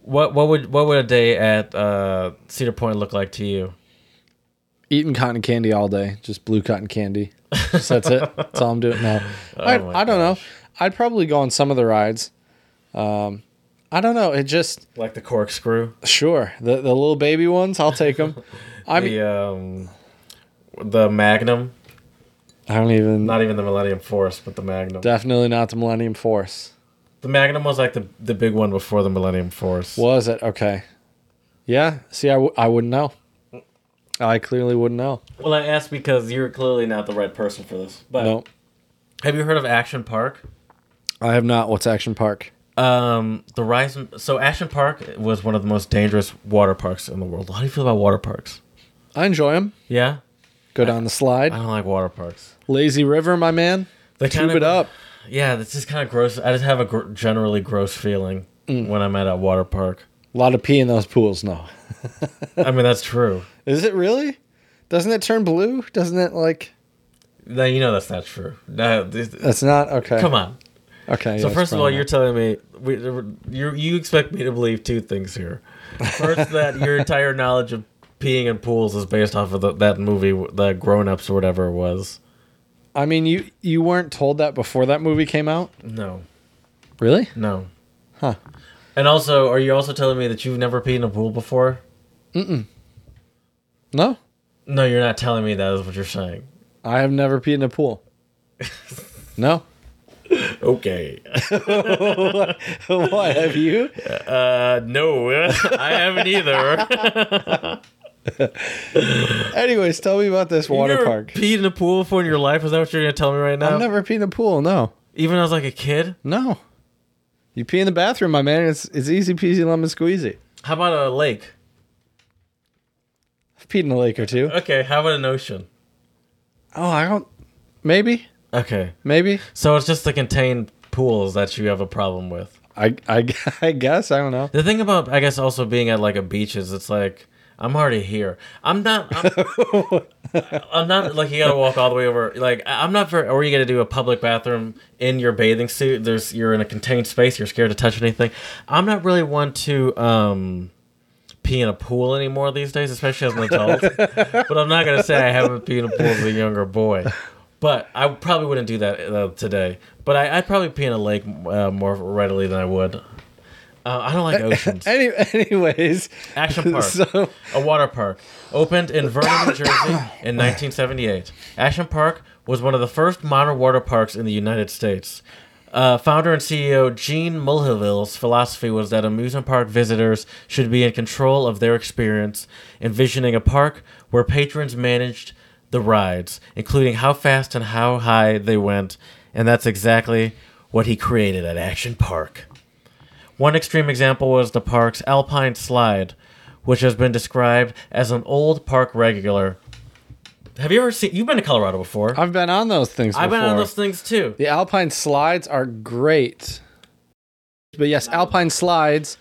Speaker 2: What what would what would a day at uh, Cedar Point look like to you?
Speaker 1: eating cotton candy all day, just blue cotton
Speaker 2: *laughs*
Speaker 1: candy. Just that's it. That's all I'm doing now. I,
Speaker 2: Oh my
Speaker 1: I don't know. I'd probably go on some of the rides. Um, I don't know. It just
Speaker 2: Like the corkscrew,
Speaker 1: sure the the little baby ones. I'll take
Speaker 2: *laughs*
Speaker 1: them. I mean,
Speaker 2: the um, the Magnum.
Speaker 1: I don't even.
Speaker 2: Not even the Millennium Force, but the Magnum.
Speaker 1: definitely not the Millennium Force.
Speaker 2: The Magnum was like the the big one before the Millennium Force.
Speaker 1: Was it okay? Yeah. See, I, w- I wouldn't know. I clearly wouldn't know.
Speaker 2: Well, I asked because you're clearly not the right person for this. But
Speaker 1: No,
Speaker 2: have you heard of Action Park?
Speaker 1: I have not. What's Action Park?
Speaker 2: Um, the rise. So Action Park was one of the most dangerous water parks in the world. How do you feel about water parks?
Speaker 1: I enjoy them.
Speaker 2: Yeah,
Speaker 1: Go down the
Speaker 2: I
Speaker 1: slide.
Speaker 2: don't like water parks.
Speaker 1: Lazy River, my man.
Speaker 2: They
Speaker 1: Tube it up.
Speaker 2: Yeah, that's just kind of gross. I just have a gr- generally gross feeling
Speaker 1: Mm.
Speaker 2: when I'm at a water park.
Speaker 1: A lot of pee in those pools. No.
Speaker 2: I mean, that's true.
Speaker 1: Is it really? Doesn't it turn blue? Doesn't it like?
Speaker 2: Now you know that's not true. No,
Speaker 1: *laughs*
Speaker 2: this-
Speaker 1: That's not okay.
Speaker 2: come on.
Speaker 1: Okay.
Speaker 2: So
Speaker 1: yeah,
Speaker 2: first
Speaker 1: it's
Speaker 2: of all,
Speaker 1: fine.
Speaker 2: you're telling me we, you you expect me to believe two things here.
Speaker 1: *laughs*
Speaker 2: First, that your entire knowledge of peeing in pools is based off of the, that movie, the Grown Ups or whatever it was.
Speaker 1: I mean, you you weren't told that before that movie came out.
Speaker 2: No,
Speaker 1: Really?
Speaker 2: no.
Speaker 1: Huh.
Speaker 2: And also, are you also telling me that you've never peed in a pool before?
Speaker 1: No.
Speaker 2: No, you're not telling me that is what you're saying.
Speaker 1: I have never peed in a *laughs* pool. no. *laughs*
Speaker 2: Okay.
Speaker 1: what have you?
Speaker 2: Uh, no, *laughs* I haven't either.
Speaker 1: Anyways, tell me about this *laughs* water
Speaker 2: you never
Speaker 1: park.
Speaker 2: Peed in a pool before in your life? Is that what you're gonna tell me right now?
Speaker 1: I've never peed in a pool. No.
Speaker 2: Even as like a kid.
Speaker 1: No. You pee in the bathroom, my man. It's it's easy peasy lemon squeezy.
Speaker 2: How about a lake?
Speaker 1: I've peed in a lake or two.
Speaker 2: Okay. How about an ocean?
Speaker 1: Oh, I don't. Maybe.
Speaker 2: Okay.
Speaker 1: Maybe.
Speaker 2: So it's just the contained pools that you have a problem with.
Speaker 1: I I, *laughs* I guess I don't know.
Speaker 2: The thing about, I guess, also being at like a beach is it's like I'm already here. I'm not. I'm, I'm not like you got to walk all the way over. Like I- I'm not very. Or you got to do a public bathroom in your bathing suit. There's you're in a contained space. You're scared to touch anything. I'm not really one to. um pee in a pool anymore these days especially as an adult but i'm not going to say i haven't peed in a pool as a younger boy but i probably wouldn't do that uh, today but I, i'd probably pee in a lake uh, more readily than i would uh, i don't like oceans
Speaker 1: Any, *laughs* anyways, *laughs*
Speaker 2: Action Park,
Speaker 1: So-
Speaker 2: a water park, opened in Vernon, New Jersey in 1978. Action Park was one of the first modern water parks in the United States. Uh, founder and CEO Gene Mulhill's philosophy was that amusement park visitors should be in control of their experience, envisioning a park where patrons managed the rides, including how fast and how high they went, and that's exactly what he created at Action Park. One extreme example was the park's Alpine Slide, which has been described as an old park regular. Have you ever seen? You've been to Colorado before.
Speaker 1: I've been on those things.
Speaker 2: I've been
Speaker 1: before.
Speaker 2: on those things too.
Speaker 1: The Alpine slides are great, but yes, Alpine slides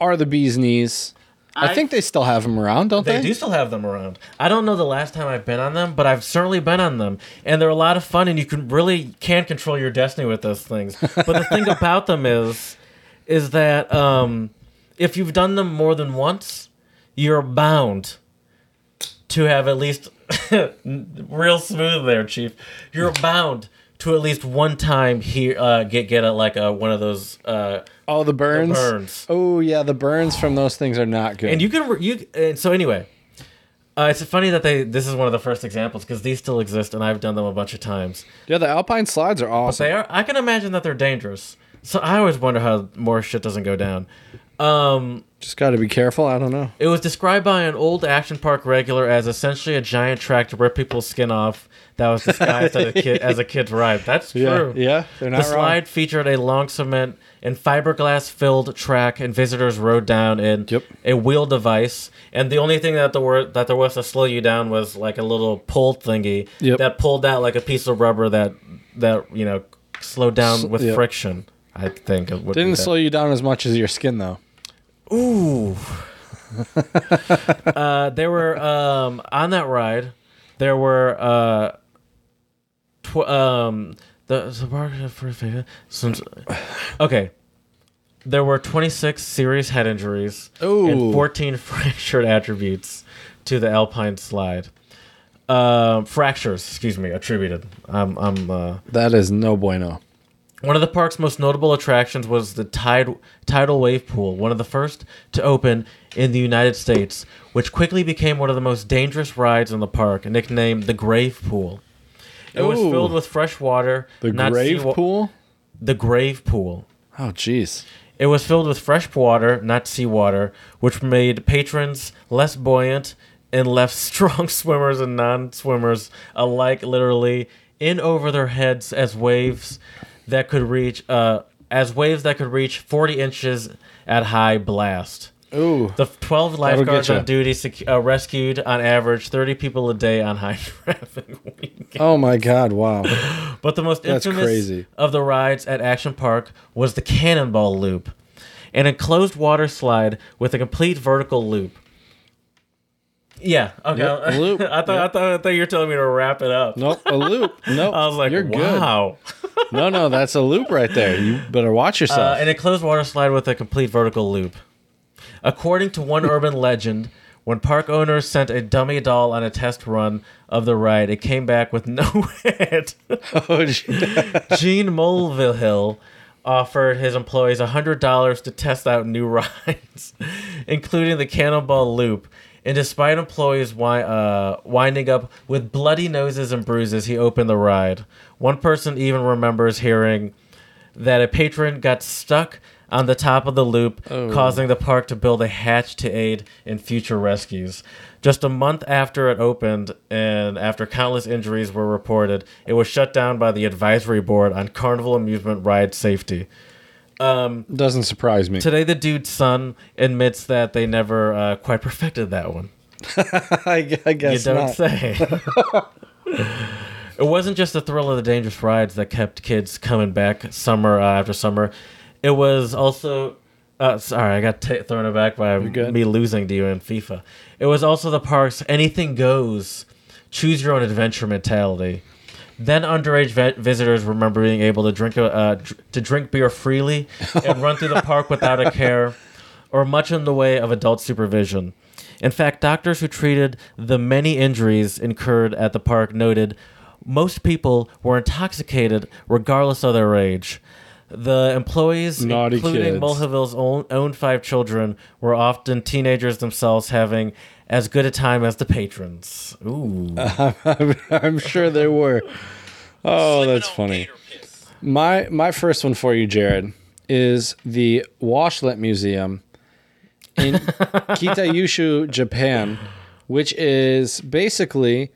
Speaker 1: are the bee's knees. I,
Speaker 2: I-
Speaker 1: think they still have them around, don't
Speaker 2: They
Speaker 1: they?
Speaker 2: do still have them around. I don't know the last time I've been on them, but I've certainly been on them, and they're a lot of fun, and you can really can control your destiny with those things. But the
Speaker 1: *laughs*
Speaker 2: thing about them is, is that um, if you've done them more than once, you're bound to have at least *laughs* real smooth there, Chief. You're bound to at least one time here uh, get get a, like a, one of those. Uh,
Speaker 1: Oh, the burns.
Speaker 2: burns.
Speaker 1: Oh yeah, the burns from those things are not good.
Speaker 2: and you can you and so anyway uh, it's funny that they this is one of the first examples because these still exist and i've done them a bunch of times
Speaker 1: yeah, the Alpine slides are awesome.
Speaker 2: they are i can imagine that they're dangerous so i always wonder how more shit doesn't go down Um,
Speaker 1: Just got to be careful. I don't know.
Speaker 2: It was described by an old action park regular as essentially a giant track to rip people's skin off that was disguised as, a kid, as a kid's ride. That's
Speaker 1: Yeah,
Speaker 2: true.
Speaker 1: yeah, they're not
Speaker 2: The slide
Speaker 1: wrong.
Speaker 2: featured a long cement and fiberglass filled track, and visitors rode down in
Speaker 1: Yep.
Speaker 2: a wheel device. And the only thing that the word that there was to slow you down was like a little pull thingy
Speaker 1: Yep.
Speaker 2: that pulled out like a piece of rubber that that you know slowed down with
Speaker 1: yeah.
Speaker 2: friction. I think it would be
Speaker 1: Didn't
Speaker 2: that.
Speaker 1: slow you down as much as your skin though.
Speaker 2: Ooh. *laughs* uh, there were um, on that ride. There were uh, tw- um, the, the bar- some- okay. There were 26 serious head injuries
Speaker 1: Ooh.
Speaker 2: and 14 *laughs* fractured attributes to the Alpine slide. Um fractures, excuse me, attributed. I'm, I'm uh,
Speaker 1: That is no bueno.
Speaker 2: one of the park's most notable attractions was the tide, tidal wave pool, one of the first to open in the United States, which quickly became one of the most dangerous rides in the park, nicknamed the Grave Pool. It was
Speaker 1: Ooh.
Speaker 2: filled with fresh water.
Speaker 1: The
Speaker 2: not
Speaker 1: grave
Speaker 2: seawa-
Speaker 1: pool.
Speaker 2: The Grave Pool.
Speaker 1: Oh, jeez.
Speaker 2: It was filled with fresh water, not seawater, which made patrons less buoyant and left *laughs* strong swimmers and non swimmers alike literally in over their heads as waves that could reach uh, as waves that could reach 40 inches at high blast.
Speaker 1: Ooh.
Speaker 2: The 12
Speaker 1: get
Speaker 2: lifeguards
Speaker 1: ya.
Speaker 2: on duty sec- uh, rescued on average 30 people a day on high *laughs* traffic weekends.
Speaker 1: Oh my God! Wow.
Speaker 2: But the most
Speaker 1: That's
Speaker 2: infamous
Speaker 1: crazy.
Speaker 2: of the rides at Action Park was the Cannonball Loop, an enclosed water slide with a complete vertical loop. Yeah. Okay. *laughs*
Speaker 1: Yep, loop.
Speaker 2: I thought I thought I thought you were telling me to wrap it up.
Speaker 1: Nope. A loop. Nope.
Speaker 2: *laughs* I was like,
Speaker 1: you're
Speaker 2: wow.
Speaker 1: good. No, no, that's a loop right there. You better watch
Speaker 2: Uh,
Speaker 1: yourself.
Speaker 2: an enclosed water slide with a complete vertical loop. According
Speaker 1: *laughs*
Speaker 2: to one urban legend, when park owners sent a dummy doll on a test run of the ride, it came back with no *laughs* head.
Speaker 1: *laughs* oh, gee.
Speaker 2: *laughs* Gene Mulvihill offered his employees $100 to test out new *laughs* rides, including the Cannonball Loop. And despite employees wi- uh, winding up with bloody noses and bruises, he opened the ride. One person even remembers hearing that a patron got stuck on the top of the loop, causing the park to build a hatch to aid in future rescues. Just a month after it opened, and after countless injuries were reported, it was shut down by the advisory board on carnival amusement ride safety.
Speaker 1: doesn't surprise me.
Speaker 2: Today, the dude's son admits that they never uh, quite *laughs* perfected that one.
Speaker 1: *laughs* I, I
Speaker 2: You
Speaker 1: guess
Speaker 2: don't
Speaker 1: not. *laughs*
Speaker 2: say. it wasn't just the thrill of the dangerous rides that kept kids coming back summer uh, after summer. It was also. Uh, sorry, I got t- thrown aback by
Speaker 1: good.
Speaker 2: me losing to you in FIFA. It was also the park's anything goes, choose your own adventure mentality. Then underage vi- visitors remember being able to drink uh, dr- to drink beer
Speaker 1: *laughs*
Speaker 2: freely and run through the park without a care, or much in the way of adult supervision. In fact, doctors who treated the many injuries incurred at the park noted most people were intoxicated regardless of their age. The employees,
Speaker 1: Naughty
Speaker 2: including
Speaker 1: kids.
Speaker 2: Mulhill's own, own five children, were often teenagers themselves, having as good a time as the patrons. Ooh.
Speaker 1: Uh, *laughs* I'm sure there were. Oh, that's funny. My my first one for you, Jared, is the Washlet Museum
Speaker 2: *laughs*
Speaker 1: in Kitayushu, Japan, which is basically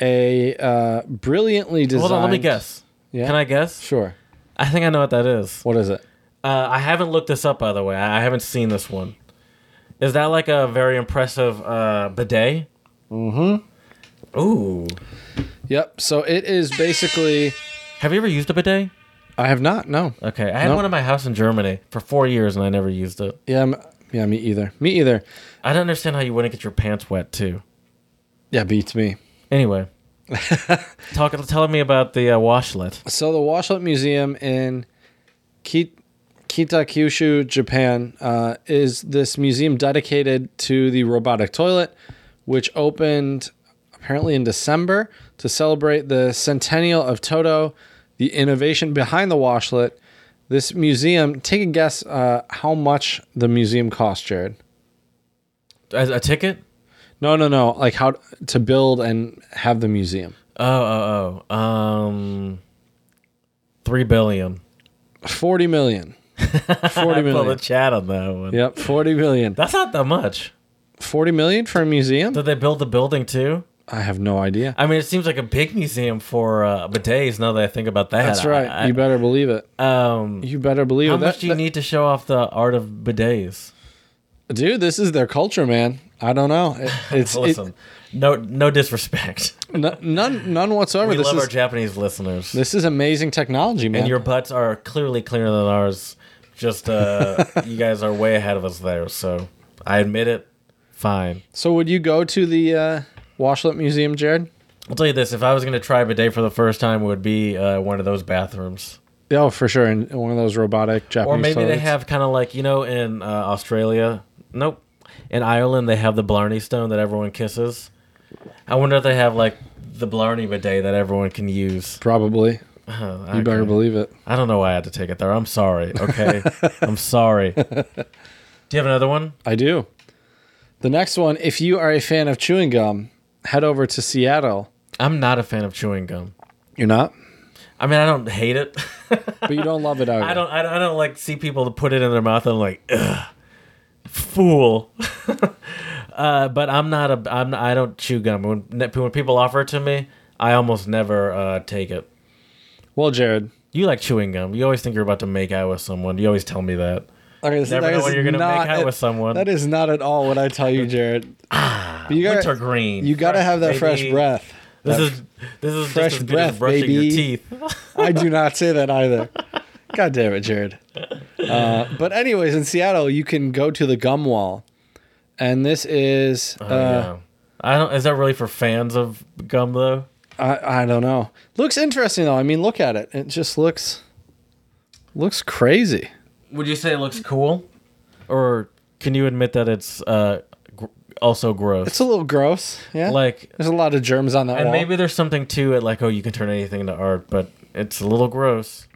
Speaker 1: a uh, brilliantly designed.
Speaker 2: Hold on, let me guess.
Speaker 1: Yeah.
Speaker 2: Can I guess?
Speaker 1: Sure.
Speaker 2: I think I know what that is.
Speaker 1: What is it?
Speaker 2: Uh, I haven't looked this up, by the way. I I haven't seen this one. Is that like a very impressive uh, bidet? Mm-hmm. Ooh.
Speaker 1: Yep. So it is basically.
Speaker 2: Have you ever used a bidet?
Speaker 1: I have not. No.
Speaker 2: Okay, I had
Speaker 1: Nope.
Speaker 2: one in my house in Germany for four years, and I never used it.
Speaker 1: Yeah. I'm, yeah. Me either. Me either.
Speaker 2: I don't understand how you wouldn't get your pants wet too.
Speaker 1: Yeah. Beats me.
Speaker 2: *laughs* Anyway, talk telling me about the uh, washlet.
Speaker 1: So the Washlet Museum in Ki- Kitakyushu, Japan, uh, is this museum dedicated to the robotic toilet, which opened apparently in December to celebrate the centennial of Toto, the innovation behind the washlet. This museum, take a guess uh, how much the museum cost, Jared?
Speaker 2: A, a ticket?
Speaker 1: No, no, no. Like how to build and have the museum.
Speaker 2: Oh, oh, oh. Um, three billion.
Speaker 1: 40 million. Forty
Speaker 2: *laughs* Pull the
Speaker 1: million.
Speaker 2: chat on that one.
Speaker 1: Yep, forty million.
Speaker 2: That's not that much.
Speaker 1: Forty million for a museum?
Speaker 2: Did they build the building too?
Speaker 1: I have no idea.
Speaker 2: I mean, it seems like a big museum for uh, bidets. Now that I think about that,
Speaker 1: That's right.
Speaker 2: I-
Speaker 1: you better believe it.
Speaker 2: um,
Speaker 1: You better believe
Speaker 2: how
Speaker 1: it. That-
Speaker 2: much do you
Speaker 1: that-
Speaker 2: need to show off the art of bidets?
Speaker 1: dude? This is their culture, man. I don't know.
Speaker 2: *laughs*
Speaker 1: It- it's it-
Speaker 2: Listen, no, no disrespect.
Speaker 1: n- none, none whatsoever.
Speaker 2: We
Speaker 1: This
Speaker 2: love
Speaker 1: is
Speaker 2: our Japanese listeners,
Speaker 1: this is amazing technology, man.
Speaker 2: and your butts are clearly cleaner than ours.
Speaker 1: *laughs*
Speaker 2: Just uh, you guys are way ahead of us there, so I admit it. Fine.
Speaker 1: so, would you go to the uh, Washlet Museum, Jared?
Speaker 2: I'll tell you this: if I was going to try bidet for the first time, it would be uh, one of those bathrooms.
Speaker 1: Oh, for sure. In in one of those robotic Japanese
Speaker 2: or maybe they
Speaker 1: toilets.
Speaker 2: have kind of like you know in uh, Australia. Nope, in Ireland they have the Blarney Stone that everyone kisses. I wonder if they have like the Blarney bidet that everyone can use. *sighs*
Speaker 1: probably.
Speaker 2: Huh,
Speaker 1: You better
Speaker 2: okay.
Speaker 1: believe it.
Speaker 2: I don't know why I had to take it there. I'm sorry.
Speaker 1: *laughs*
Speaker 2: Okay, I'm sorry. Do you have another one?
Speaker 1: I do. The next one, if you are a fan of chewing gum, head over to Seattle.
Speaker 2: I'm not a fan of chewing gum.
Speaker 1: You're not,
Speaker 2: I mean, I don't hate it. *laughs*
Speaker 1: but you don't love it either.
Speaker 2: I don't. I don't, I don't like see people to put it in their mouth. And I'm like, ugh, fool. *laughs* uh, but I'm not a. I'm. I don't chew gum. When when people offer it to me, I almost never uh, take it.
Speaker 1: Well, Jared.
Speaker 2: You like chewing gum. You always think you're about to make out with someone. You always tell me that.
Speaker 1: Okay, this,
Speaker 2: Never
Speaker 1: that
Speaker 2: know
Speaker 1: is
Speaker 2: when you're gonna make
Speaker 1: not
Speaker 2: out
Speaker 1: at-
Speaker 2: with someone. Ah,
Speaker 1: That is not at all what I tell you, Jared. But you
Speaker 2: Winter
Speaker 1: got
Speaker 2: green.
Speaker 1: you got to
Speaker 2: Fresh,
Speaker 1: have that fresh
Speaker 2: baby.
Speaker 1: breath.
Speaker 2: This
Speaker 1: That-
Speaker 2: is this is
Speaker 1: fresh
Speaker 2: just as good
Speaker 1: breath,
Speaker 2: as brushing
Speaker 1: baby. Uh,
Speaker 2: your
Speaker 1: *laughs*
Speaker 2: teeth.
Speaker 1: I do not say that either.
Speaker 2: *laughs*
Speaker 1: God damn it, Jared. Uh, but anyways, in Seattle, you can go to the gum wall, and this is uh,
Speaker 2: Oh, yeah. I don't. Is that really for fans of gum though?
Speaker 1: I I don't know. Looks interesting though. I mean, look at it. It just looks looks crazy.
Speaker 2: Would you say it looks cool, or can you admit that it's uh, gr- also gross?
Speaker 1: It's a little gross. Yeah.
Speaker 2: like,
Speaker 1: there's a lot of germs on that
Speaker 2: and
Speaker 1: wall.
Speaker 2: maybe there's something to it, like oh, you can turn anything into art, but it's a little gross.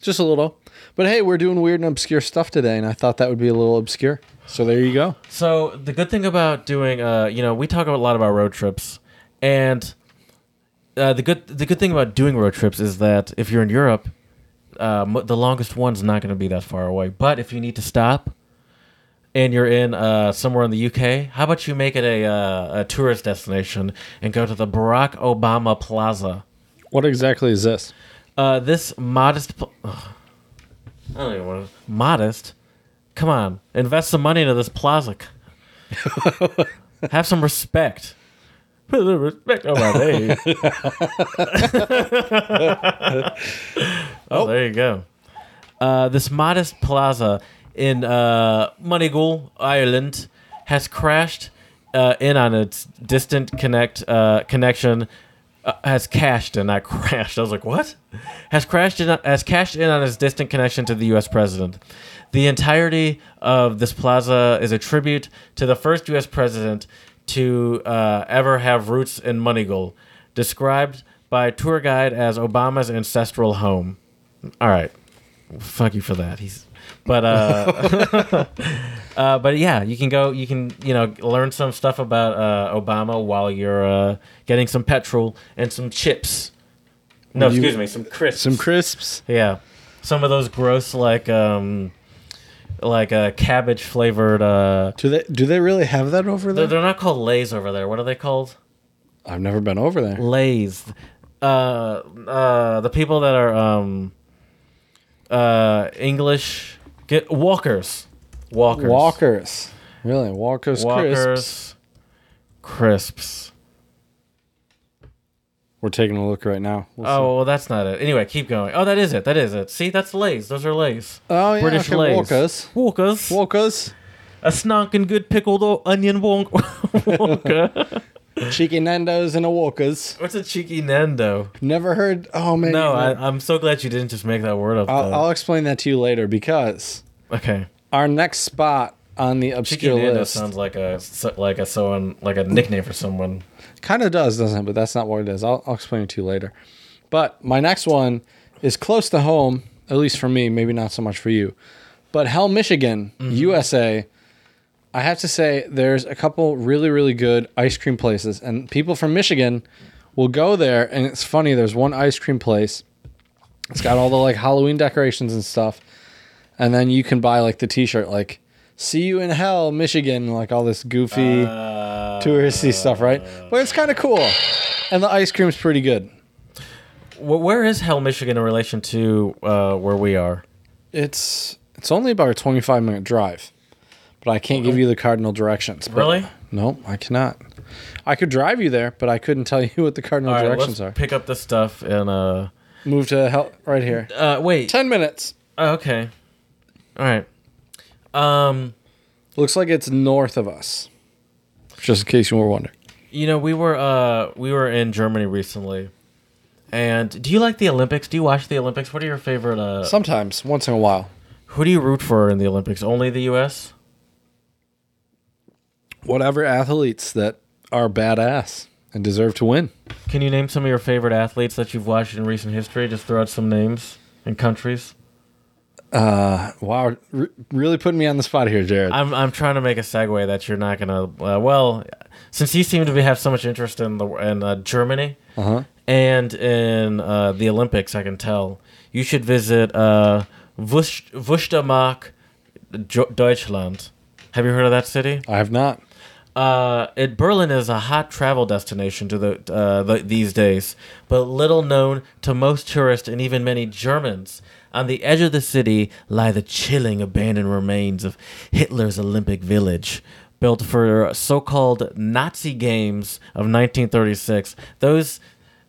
Speaker 1: just a little. But hey, we're doing weird and obscure stuff today, and I thought that would be a little obscure. So there you go.
Speaker 2: So the good thing about doing, uh, you know, we talk a lot about road trips, and uh, the good the good thing about doing road trips is that if you're in Europe, uh, mo- the longest one's not going to be that far away. But if you need to stop, and you're in uh, somewhere in the UK, how about you make it a uh, a tourist destination and go to the Barack Obama Plaza?
Speaker 1: What exactly is this?
Speaker 2: Uh, this modest. Pl- Ugh. I don't even want to. Modest? Come on. Invest some money into this *laughs* plaza. Have some respect. Put a little respect on *laughs* my name. oh, there you go. Uh, this modest plaza in uh, Donegal, Ireland, has crashed uh, in on its distant connect uh, connection. Uh, has cashed and not *laughs* crashed. I was like, "What?" Has crashed in, has cashed in on its distant connection to the U.S. president. The entirety of this plaza is a tribute to the first U.S. president to uh, ever have roots in Donegal, described by tour guide as Obama's ancestral home. All right, fuck you for that. He's but uh, *laughs* uh but yeah, you can go you can, you know, learn some stuff about uh Obama while you're uh getting some petrol and some chips. No,
Speaker 1: You-
Speaker 2: excuse me, some crisps.
Speaker 1: Some crisps.
Speaker 2: Yeah. Some of those gross like um like uh cabbage flavored uh
Speaker 1: Do they do they really have that over
Speaker 2: they're,
Speaker 1: there?
Speaker 2: they're not called Lays over there. What are they called?
Speaker 1: I've never been over there.
Speaker 2: Lays. Uh, uh, the people that are um, uh, English get walkers, walkers,
Speaker 1: Walkers. Really, Walkers,
Speaker 2: walkers,
Speaker 1: crisps.
Speaker 2: crisps. crisps.
Speaker 1: We're taking a look right now. We'll see.
Speaker 2: Oh well, that's not it. Anyway, keep going. Oh, that is it. That is it. See, that's Lays. Those are Lays.
Speaker 1: Oh, yeah,
Speaker 2: British
Speaker 1: okay,
Speaker 2: Lays.
Speaker 1: Walkers.
Speaker 2: Walkers.
Speaker 1: Walkers,
Speaker 2: a snonkin' good pickled o- onion wonk. *laughs* walker.
Speaker 1: *laughs* cheeky Nando's and a Walkers.
Speaker 2: What's a cheeky Nando?
Speaker 1: Never heard. Oh man,
Speaker 2: No,
Speaker 1: I,
Speaker 2: I, I'm so glad you didn't just make that word up.
Speaker 1: will
Speaker 2: though.
Speaker 1: I'll explain that to you later because
Speaker 2: okay.
Speaker 1: our next spot on the
Speaker 2: Chicken
Speaker 1: obscure
Speaker 2: Nando
Speaker 1: list
Speaker 2: sounds like a so- like a someone like a nickname for someone.
Speaker 1: kind of does, doesn't it? But that's not what it is. I'll, I'll explain it to you later. But my next one is close to home, at least for me. Maybe not so much for you. But Hell, Michigan, USA. I have to say, there's a couple really, really good ice cream places, and people from Michigan will go there. And it's funny. There's one ice cream place. It's got all the like Halloween decorations and stuff, and then you can buy like the T-shirt, like "See you in Hell, Michigan," like all this
Speaker 2: Uh,
Speaker 1: goofy touristy stuff, right? But it's kind of cool, and the ice cream's pretty good.
Speaker 2: Wh- Where is Hell, Michigan in relation to uh, where we are?
Speaker 1: It's it's only about a twenty-five minute drive, but I can't give you the cardinal directions. but-
Speaker 2: Really?
Speaker 1: No, I cannot. I could drive you there, but I couldn't tell *laughs* you what the cardinal
Speaker 2: All right,
Speaker 1: directions
Speaker 2: let's
Speaker 1: are.
Speaker 2: pick up the stuff and uh,
Speaker 1: Move to hell right here.
Speaker 2: uh wait.
Speaker 1: Ten minutes.
Speaker 2: Oh, okay. All right. Um,
Speaker 1: Looks like it's north of us. Just in case you were wondering.
Speaker 2: you know we were uh we were in Germany recently, and do you like the Olympics? Do you watch the Olympics? What are your favorite? Uh,
Speaker 1: Sometimes, once in a while.
Speaker 2: who do you root for in the Olympics? Only the U.S.
Speaker 1: Whatever athletes that are badass and deserve to win.
Speaker 2: Can you name some of your favorite athletes that you've watched in recent history? Just throw out some names and countries.
Speaker 1: Wow, r- really putting me on the spot here, Jared.
Speaker 2: I'm I'm trying to make a segue that you're not gonna. Uh, well, since you seem to be, have so much interest in the in uh, Germany and in uh, the Olympics, I can tell you should visit uh, Wust- Wustermark, Jo- Deutschland. Have you heard of that city?
Speaker 1: I have not.
Speaker 2: Uh, it, Berlin is a hot travel destination to the, uh, the these days, but little known to most tourists and even many Germans. On the edge of the city lie the chilling abandoned remains of Hitler's Olympic Village, built for so-called Nazi games of 1936. Those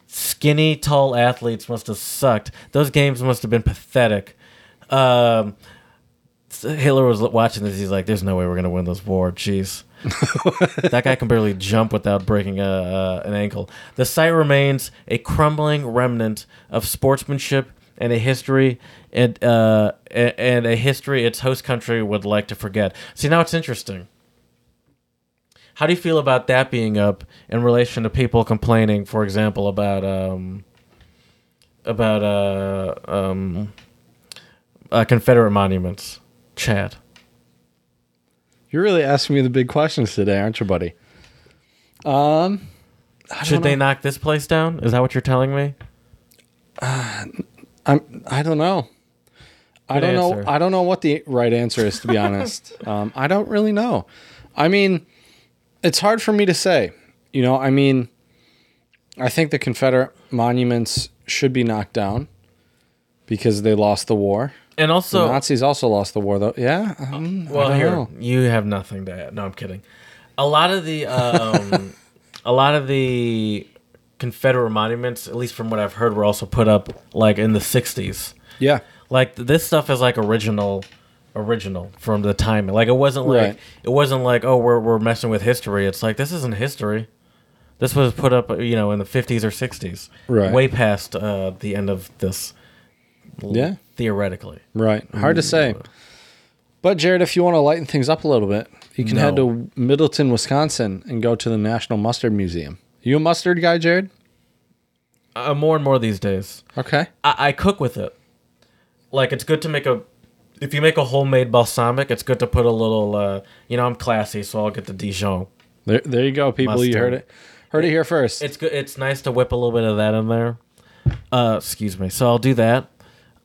Speaker 2: skinny, tall athletes must have sucked. Those games must have been pathetic. Um, Hitler was watching this. He's like, "There's no way we're gonna win this war." Jeez, that guy can barely jump without breaking a, uh, an ankle. The site remains a crumbling remnant of sportsmanship and a history and uh, a- and a history its host country would like to forget. See, now it's interesting. How do you feel about that being up in relation to people complaining, for example, about um, about uh, um, uh, Confederate monuments, Chad?
Speaker 1: You're really asking me the big questions today, aren't you, buddy? Um,
Speaker 2: Should they knock this place down? Is that what you're telling me?
Speaker 1: I'm. I don't know. I
Speaker 2: Good
Speaker 1: don't
Speaker 2: answer.
Speaker 1: know. I don't know what the right answer is. To
Speaker 2: *laughs*
Speaker 1: be honest, um, I don't really know. I mean, it's hard for me to say. You know, I mean, I think the Confederate monuments should be knocked down because they lost the war.
Speaker 2: And also,
Speaker 1: Nazis also lost the war, though. Yeah. Um, I
Speaker 2: Uh, well,
Speaker 1: don't
Speaker 2: here
Speaker 1: know.
Speaker 2: you have nothing to add. No, I'm kidding. A lot of the um, *laughs* a lot of the Confederate monuments, at least from what I've heard, were also put up like in the '60s.
Speaker 1: Yeah.
Speaker 2: Like th- this stuff is like original, original from the time. Like it wasn't like
Speaker 1: Right.
Speaker 2: it wasn't like oh we're we're messing with history. It's like this isn't history. This was put up you know in the 50s or 60s,
Speaker 1: Right.
Speaker 2: way past uh, the end of this.
Speaker 1: Yeah.
Speaker 2: theoretically.
Speaker 1: Right. Hard to say. But Jared, if you want to lighten things up a little bit, you can head
Speaker 2: No.
Speaker 1: to Middleton, Wisconsin, and go to the National Mustard Museum. You a mustard guy, Jared?
Speaker 2: Uh, more and more these days.
Speaker 1: Okay.
Speaker 2: I, I cook with it. Like it's good to make a. If you make a homemade balsamic, it's good to put a little. Uh, you know, I'm classy, so I'll get the Dijon.
Speaker 1: There, there you go, people. You heard
Speaker 2: Mustard.
Speaker 1: it, heard it here first.
Speaker 2: It's good. It's nice to whip a little bit of that in there. Uh, excuse me. So I'll do that.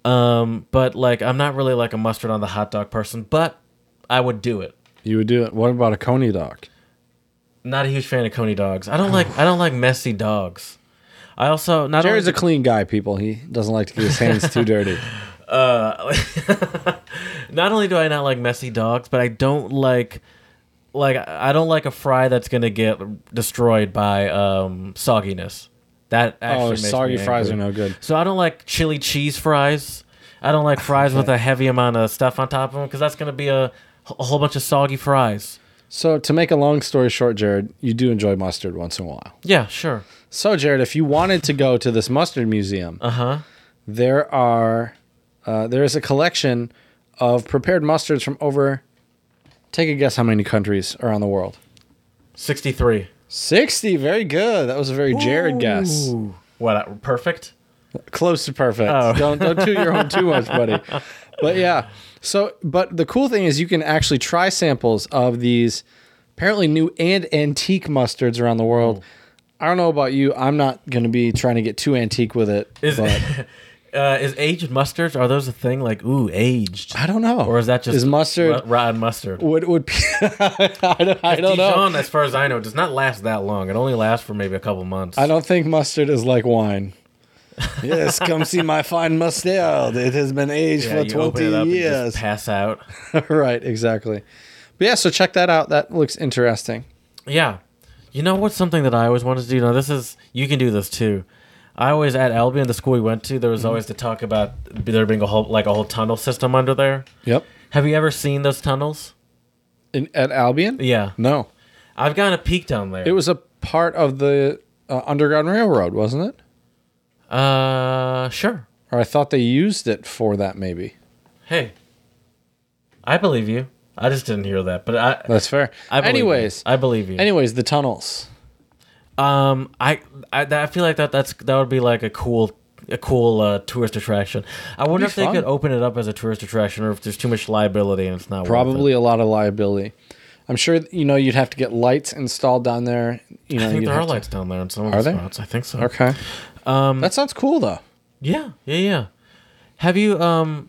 Speaker 2: Um, but like I'm not really like a mustard on the hot dog person, but I would do it.
Speaker 1: you would do it. What about a coney dog?
Speaker 2: Not a huge fan of Coney dogs. I don't like. I don't like messy dogs. I also not
Speaker 1: Jared's
Speaker 2: only
Speaker 1: a clean guy, people. He doesn't like to get his hands too
Speaker 2: *laughs*
Speaker 1: dirty.
Speaker 2: not only do I not like messy dogs, but I don't like like I don't like a fry that's gonna get destroyed by um, sogginess. That actually
Speaker 1: Oh,
Speaker 2: makes
Speaker 1: soggy
Speaker 2: me
Speaker 1: fries are
Speaker 2: angry.
Speaker 1: no good.
Speaker 2: So I don't like chili cheese fries. I don't like fries
Speaker 1: *laughs*
Speaker 2: with a heavy amount of stuff on top of them because that's gonna be a, a whole bunch of soggy fries.
Speaker 1: So, to make a long story short, Jared, you do enjoy mustard once in a while.
Speaker 2: Yeah, sure.
Speaker 1: So, Jared, if you wanted to go to this mustard museum,
Speaker 2: Uh huh.
Speaker 1: there are uh, there is a collection of prepared mustards from over. Take a guess how many countries around the world?
Speaker 2: Sixty three.
Speaker 1: Sixty. Very good. That was a very Jared guess.
Speaker 2: What? uh, Perfect.
Speaker 1: close to perfect.
Speaker 2: Oh.
Speaker 1: *laughs* Don't don't toot your own too much,
Speaker 2: *laughs*
Speaker 1: buddy. But yeah. So, but the cool thing is you can actually try samples of these apparently new and antique mustards around the world. I don't know about you. I'm not going to be trying to get too antique with it.
Speaker 2: Is
Speaker 1: but
Speaker 2: it *laughs* uh, is aged mustards? Are those a thing? Like, ooh, aged,
Speaker 1: I don't know.
Speaker 2: or is that just
Speaker 1: is mustard?
Speaker 2: ro- rotten mustard?
Speaker 1: would would pe- *laughs* I don't, I don't know.
Speaker 2: Dijon, as far as I know, does not last that long. It only lasts for maybe a couple months.
Speaker 1: I don't think mustard is like wine. yes, come see my fine mustard. It has been aged
Speaker 2: Yeah,
Speaker 1: for
Speaker 2: you open it up
Speaker 1: twenty
Speaker 2: and just
Speaker 1: years.
Speaker 2: pass out.
Speaker 1: *laughs* right, exactly. But yeah, so check that out. That looks interesting.
Speaker 2: Yeah. You know what's something that I always wanted to do? Now this is you can do this too. I always at Albion, the school we went to, there
Speaker 1: Mm-hmm.
Speaker 2: was always the talk about there being a whole like a whole tunnel system under there.
Speaker 1: Yep.
Speaker 2: Have you ever seen those tunnels?
Speaker 1: In, at Albion?
Speaker 2: Yeah.
Speaker 1: No,
Speaker 2: I've gotten a peek down there.
Speaker 1: it was a part of the uh, Underground Railroad, wasn't it?
Speaker 2: uh sure.
Speaker 1: Or I thought they used it for that. Maybe
Speaker 2: Hey. I believe you. I just didn't hear that, but I
Speaker 1: that's fair.
Speaker 2: I believe you.
Speaker 1: anyways,
Speaker 2: I believe you.
Speaker 1: anyways, the tunnels.
Speaker 2: Um, I, I that- I feel like that that's that would be like a cool a cool uh, tourist attraction. I wonder
Speaker 1: be
Speaker 2: if they
Speaker 1: fun.
Speaker 2: could open it up as a tourist attraction, or if there's too much liability and it's not worth it.
Speaker 1: Probably a lot of liability. I'm sure you know you'd have to get lights installed down there. You know,
Speaker 2: I think
Speaker 1: you'd
Speaker 2: there are
Speaker 1: have to-
Speaker 2: lights down there in some of
Speaker 1: Are
Speaker 2: the
Speaker 1: there?
Speaker 2: spots. I think so.
Speaker 1: Okay. Um, that sounds cool though.
Speaker 2: Yeah, yeah, yeah. Have you um,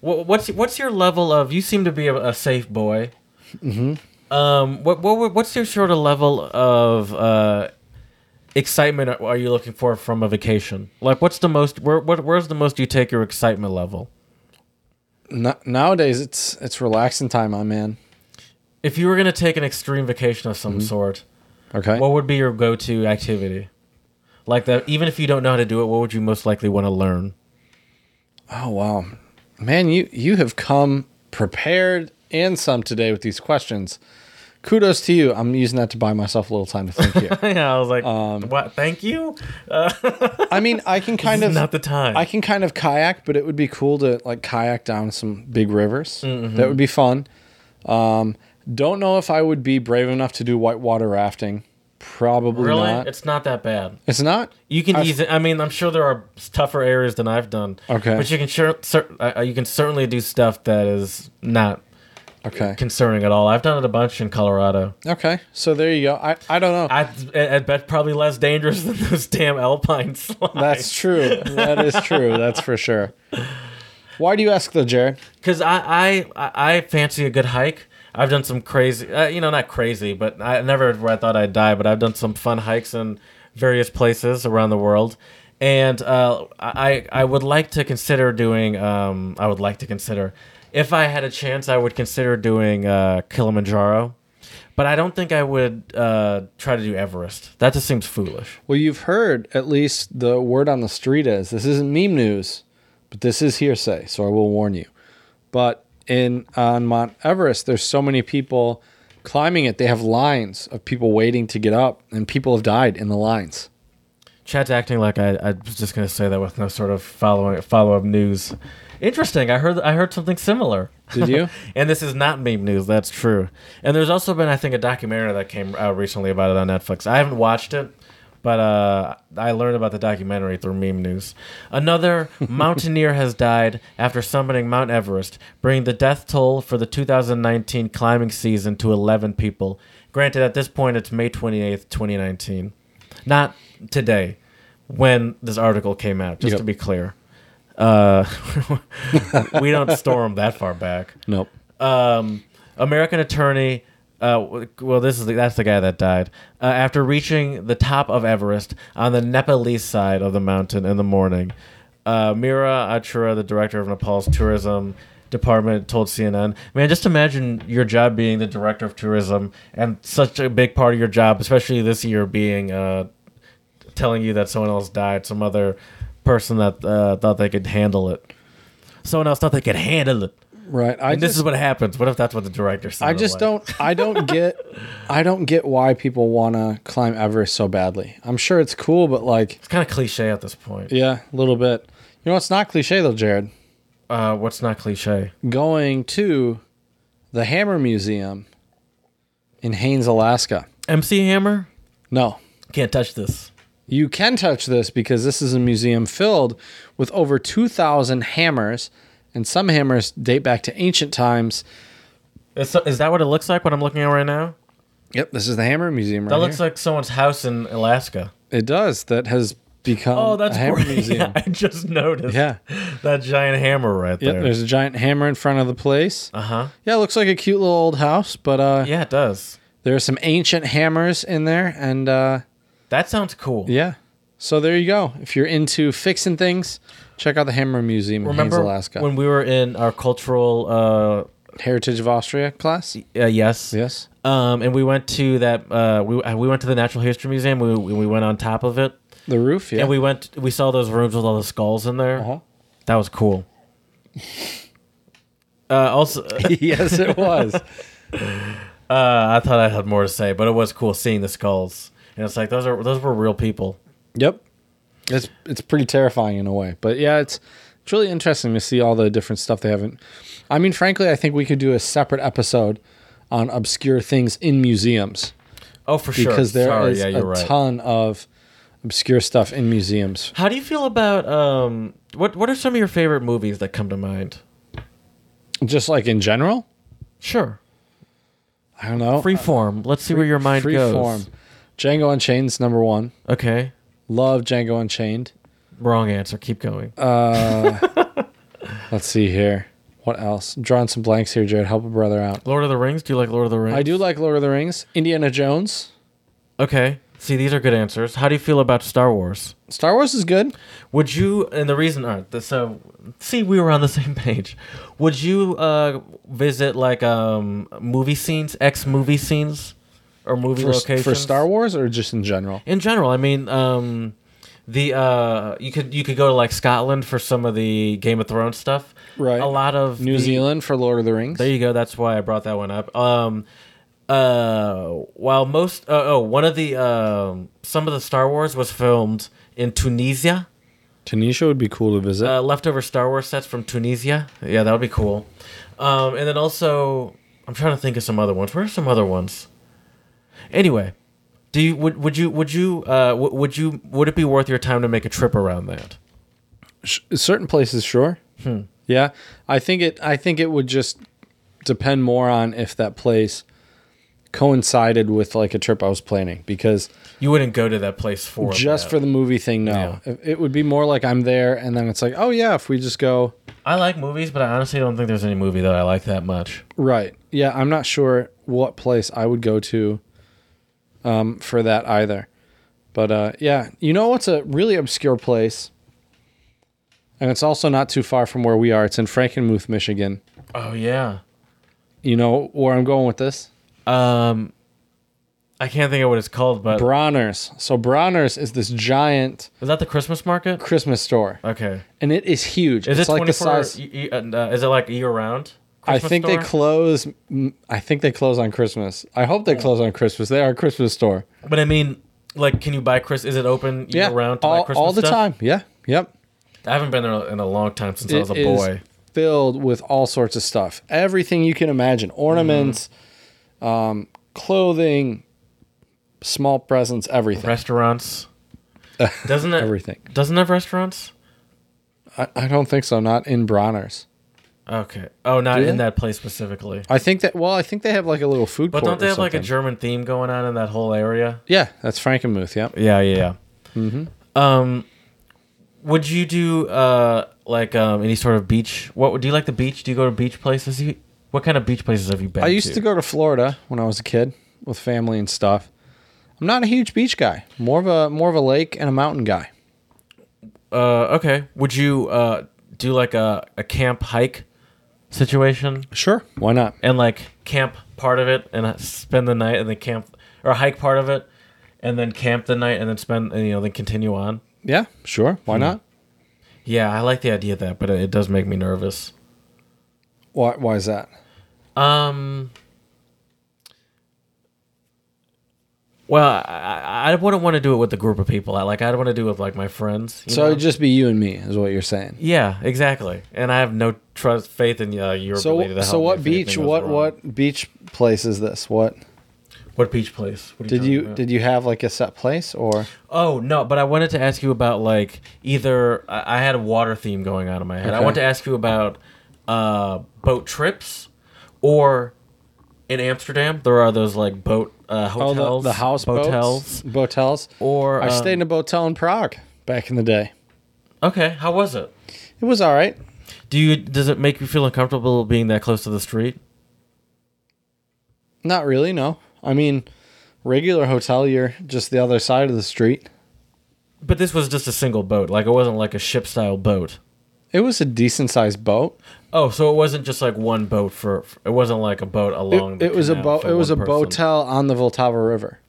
Speaker 2: wha- what's what's your level of? You seem to be a, a safe boy. Mm-hmm. Um, what what would- what's your sort of level of uh, excitement are- are you looking for from a vacation? Like, what's the most? Where what, where's the most you take your excitement level?
Speaker 1: No, nowadays it's it's relaxing time, my man.
Speaker 2: If you were gonna take an extreme vacation of some
Speaker 1: Mm-hmm.
Speaker 2: sort,
Speaker 1: Okay.
Speaker 2: what would be your go-to activity? Like that, even if you don't know how to do it, what would you most likely want to learn?
Speaker 1: oh wow, man, you you have come prepared and some today with these questions. Kudos to you. I'm using that to buy myself a little time to think
Speaker 2: *laughs*
Speaker 1: here.
Speaker 2: yeah, I was like,
Speaker 1: Um,
Speaker 2: what? Thank you.
Speaker 1: I mean, I can kind of
Speaker 2: Not the time.
Speaker 1: I can kind of kayak, but it would be cool to like kayak down some big rivers.
Speaker 2: Mm-hmm.
Speaker 1: That would be fun. Um, don't know if I would be brave enough to do whitewater rafting. Probably
Speaker 2: really,
Speaker 1: not.
Speaker 2: it's not that bad.
Speaker 1: It's not.
Speaker 2: You can
Speaker 1: I've-
Speaker 2: easily. I mean, I'm sure there are tougher areas than I've done.
Speaker 1: Okay.
Speaker 2: but you can sure, cer- uh, you can certainly do stuff that is not
Speaker 1: Okay.
Speaker 2: concerning at all. I've done it a bunch in Colorado.
Speaker 1: Okay. So there you go. I, I don't know.
Speaker 2: I, I I bet probably less dangerous *laughs* than those damn alpine slides. *laughs*
Speaker 1: That's true. That is true. That's for sure. Why do you ask though, Jared?
Speaker 2: because I, I I I fancy a good hike. I've done some crazy, uh, you know, not crazy, but I never where I thought I'd die. But I've done some fun hikes in various places around the world, and uh, I I would like to consider doing. Um, I would like to consider if I had a chance, I would consider doing uh, Kilimanjaro, but I don't think I would uh, try to do Everest. That just seems foolish.
Speaker 1: Well, you've heard at least the word on the street is this isn't meme news, but this is hearsay, so I will warn you. But in on Mount Everest, there's so many people climbing it. They have lines of people waiting to get up, and people have died in the lines.
Speaker 2: Chad's acting like I, I was just gonna say that with no sort of following follow up news. Interesting. I heard I heard something similar.
Speaker 1: Did
Speaker 2: *laughs*
Speaker 1: you?
Speaker 2: and this is not meme news. That's true. And there's also been I think a documentary that came out recently about it on Netflix. I haven't watched it, but uh, I learned about the documentary through meme news. Another mountaineer has died after summiting Mount Everest, bringing the death toll for the 2019 climbing season to 11 people. Granted, at this point, it's May 28th, 2019 not today when this article came out just
Speaker 1: Yep.
Speaker 2: to be clear uh, *laughs* we don't storm that far back
Speaker 1: Nope.
Speaker 2: um, american attorney uh, w- well this is the, that's the guy that died uh, after reaching the top of everest on the nepalese side of the mountain in the morning uh, mira achura the director of nepal's tourism department told cnn man just imagine your job being the director of tourism and such a big part of your job especially this year being uh, telling you that someone else died, some other person that uh, thought they could handle it. Someone else thought they could handle it.
Speaker 1: Right. I
Speaker 2: And this
Speaker 1: just,
Speaker 2: is what happens. What if that's what the director said?
Speaker 1: I just don't. I
Speaker 2: *laughs*
Speaker 1: don't get. I don't get why people want to climb Everest so badly. I'm sure it's cool, but like,
Speaker 2: It's kind of cliche at this point.
Speaker 1: yeah, a little bit. You know, it's not cliche though, Jared.
Speaker 2: Uh, what's not cliche?
Speaker 1: going to the Hammer Museum in Haines, Alaska.
Speaker 2: MC Hammer
Speaker 1: No,
Speaker 2: can't touch this.
Speaker 1: you can touch this because this is a museum filled with over 2,000 hammers, and some hammers date back to ancient times.
Speaker 2: Is, is that what it looks like? What I'm looking at right now?
Speaker 1: Yep, this is the Hammer Museum right
Speaker 2: That looks
Speaker 1: here.
Speaker 2: like someone's house in Alaska.
Speaker 1: it does. That has become
Speaker 2: Oh, that's
Speaker 1: a hammer
Speaker 2: great.
Speaker 1: museum.
Speaker 2: *laughs* I just noticed.
Speaker 1: Yeah.
Speaker 2: That giant hammer
Speaker 1: Yep,
Speaker 2: right there.
Speaker 1: there's a giant hammer in front of the place.
Speaker 2: uh huh.
Speaker 1: Yeah, it looks like a cute little old house, but uh,
Speaker 2: Yeah, it does.
Speaker 1: there are some ancient hammers in there, and uh,
Speaker 2: That sounds cool.
Speaker 1: yeah. So there you go. If you're into fixing things, check out the Hammer Museum in Haines,
Speaker 2: Remember
Speaker 1: Alaska.
Speaker 2: when we were in our cultural
Speaker 1: Heritage of Austria class.
Speaker 2: uh, uh yes.
Speaker 1: Yes.
Speaker 2: Um and we went to that uh we uh, we went to the Natural History Museum. We we we went on top of it.
Speaker 1: The roof. Yeah.
Speaker 2: And we went we saw those rooms with all the skulls in there. *laughs*
Speaker 1: Uh-huh. *laughs*
Speaker 2: That was cool. *laughs* Uh, also, *laughs* uh,
Speaker 1: yes, it was.
Speaker 2: *laughs* I thought I had more to say, but it was cool seeing the skulls, and it's like those are those were real people.
Speaker 1: yep. It's it's pretty terrifying in a way, but yeah, it's it's really interesting to see all the different stuff they haven't. I mean, frankly, I think we could do a separate episode on obscure things in museums.
Speaker 2: Oh, for sure.
Speaker 1: because there is
Speaker 2: Sorry, yeah,
Speaker 1: a
Speaker 2: you're right.
Speaker 1: ton of obscure stuff in museums.
Speaker 2: How do you feel about um what what are some of your favorite movies that come to mind?
Speaker 1: Just like in general,
Speaker 2: Sure.
Speaker 1: I don't know.
Speaker 2: Freeform. Let's see where your mind
Speaker 1: Oh, uh, Free
Speaker 2: goes.
Speaker 1: form. Django Unchained's number one.
Speaker 2: Okay.
Speaker 1: Love Django Unchained.
Speaker 2: Wrong answer. Keep going.
Speaker 1: Uh, *laughs* Let's see here. What else? drawing some blanks here, Jared. Help a brother out.
Speaker 2: Lord of the Rings. Do you like Lord of the Rings?
Speaker 1: I do like Lord of the Rings. Indiana Jones.
Speaker 2: Okay. See, these are good answers. How do you feel about Star Wars?
Speaker 1: Star Wars is good.
Speaker 2: Would you? And the reason, all right, so see, we were on the *laughs* same page. Would you uh, visit like um, movie scenes, ex movie scenes, or movie
Speaker 1: For,
Speaker 2: locations
Speaker 1: for Star Wars or just in general?
Speaker 2: In general, I mean, um, the uh, you could you could go to like Scotland for some of the Game of Thrones stuff.
Speaker 1: Right.
Speaker 2: A lot of
Speaker 1: New
Speaker 2: the-
Speaker 1: Zealand for Lord of the Rings.
Speaker 2: There you go. That's why I brought that one up. Um, uh, while most uh, oh one of the um, some of the Star Wars was filmed in Tunisia.
Speaker 1: Tunisia would be cool to visit.
Speaker 2: uh, leftover Star Wars sets from Tunisia. Yeah, that would be cool. Um, and then also, I'm trying to think of some other ones. Where are some other ones? Anyway, do you would would you would you uh, w- would you would it be worth your time to make a trip around that?
Speaker 1: Sh- certain places sure
Speaker 2: Hmm.
Speaker 1: yeah i think it i think it would just depend more on if that place coincided with like a trip i was planning because
Speaker 2: You wouldn't go to that place for
Speaker 1: just
Speaker 2: that.
Speaker 1: for the movie thing no It- it would be more like i'm there and then it's like oh yeah if we just go
Speaker 2: I like movies, but I honestly don't think there's any movie that I like that much.
Speaker 1: right yeah i'm not sure what place i would go to um, for that either but uh, yeah you know what's a really obscure place and it's also not too far from where we are it's in frankenmuth michigan
Speaker 2: Oh yeah.
Speaker 1: You know where I'm going with this?
Speaker 2: Um, I can't think of what it's called, but
Speaker 1: Bronner's. So Bronner's is this giant
Speaker 2: is that the Christmas market?
Speaker 1: Christmas store,
Speaker 2: Okay.
Speaker 1: and it is huge.
Speaker 2: Is
Speaker 1: it's
Speaker 2: it
Speaker 1: like the
Speaker 2: 24
Speaker 1: size.
Speaker 2: y- y- uh, is it like year round?
Speaker 1: I think they close. mm, I think they close on Christmas. I hope
Speaker 2: Oh.
Speaker 1: they close on Christmas. They are a Christmas store.
Speaker 2: But I mean, like, can you buy Chris? Is it open year
Speaker 1: Yeah,
Speaker 2: round to buy
Speaker 1: all,
Speaker 2: Christmas
Speaker 1: all the
Speaker 2: stuff?
Speaker 1: time. Yeah, yep.
Speaker 2: I haven't been there in a long time since I was a
Speaker 1: It is
Speaker 2: boy.
Speaker 1: filled with all sorts of stuff. Everything you can imagine: ornaments, um, clothing, small presents, everything. *laughs*
Speaker 2: Restaurants. Doesn't it?
Speaker 1: Everything.
Speaker 2: Doesn't it have restaurants?
Speaker 1: I, I don't think so. Not in Bronner's.
Speaker 2: Okay. Oh, not
Speaker 1: they?
Speaker 2: in that place specifically.
Speaker 1: I think that. Well, I think they have like a little food
Speaker 2: But
Speaker 1: court.
Speaker 2: don't they
Speaker 1: or
Speaker 2: have like a
Speaker 1: something.
Speaker 2: German theme going on in that whole area?
Speaker 1: Yeah, that's Frankenmuth. Yep.
Speaker 2: Yeah, yeah, yeah. Mm-hmm. Um, would you do uh like um any sort of beach? What would- do you like the beach? Do you go to beach places? You, what kind of beach places have you been?
Speaker 1: I used to go to Florida when I was a kid with family and stuff. I'm not a huge beach guy. More of a more of a lake and a mountain guy.
Speaker 2: Uh, okay. Would you uh do like a a camp hike situation?
Speaker 1: Sure, why not?
Speaker 2: and like camp part of it and uh, spend the night and then camp or hike part of it and then camp the night and then spend and, you know then continue on
Speaker 1: Yeah, sure,
Speaker 2: Hmm.
Speaker 1: why not?
Speaker 2: yeah i like the idea of that but it, it does make me nervous
Speaker 1: Why why is that?
Speaker 2: um well i, I I wouldn't want to do it with a group of people i like i'd want to do it with like my friends you
Speaker 1: So
Speaker 2: know?
Speaker 1: it'd just be you and me, is what you're saying.
Speaker 2: yeah exactly and i have no trust faith in uh, your ability
Speaker 1: So
Speaker 2: to
Speaker 1: so
Speaker 2: help me
Speaker 1: what
Speaker 2: if anything
Speaker 1: beach?
Speaker 2: goes
Speaker 1: What
Speaker 2: wrong.
Speaker 1: what beach place is this? What
Speaker 2: what beach place What are
Speaker 1: did
Speaker 2: talking
Speaker 1: you
Speaker 2: about?
Speaker 1: did you have like a set place or?
Speaker 2: Oh no, but I wanted to ask you about like either I I had a water theme going on in my head. I
Speaker 1: Okay.
Speaker 2: want to ask you about uh, boat trips, or in Amsterdam there are those like boat uh,
Speaker 1: Oh,
Speaker 2: hotels,
Speaker 1: the, the house
Speaker 2: hotels,
Speaker 1: boats, hotels.
Speaker 2: or
Speaker 1: I
Speaker 2: um,
Speaker 1: stayed in a hotel in Prague. back in the day.
Speaker 2: Okay, how was it?
Speaker 1: It was all right.
Speaker 2: Do you does it make you feel uncomfortable being that close to the street?
Speaker 1: Not really, no. I mean, regular hotel, you're just the other side of the street.
Speaker 2: But this was just a single boat. Like it wasn't like a ship style boat.
Speaker 1: It was a decent sized boat.
Speaker 2: Oh, so it wasn't just like one boat for. It wasn't like a boat along.
Speaker 1: It,
Speaker 2: the
Speaker 1: it was a
Speaker 2: canal
Speaker 1: boat.
Speaker 2: for
Speaker 1: It was a
Speaker 2: one person.
Speaker 1: botel on the Vltava River.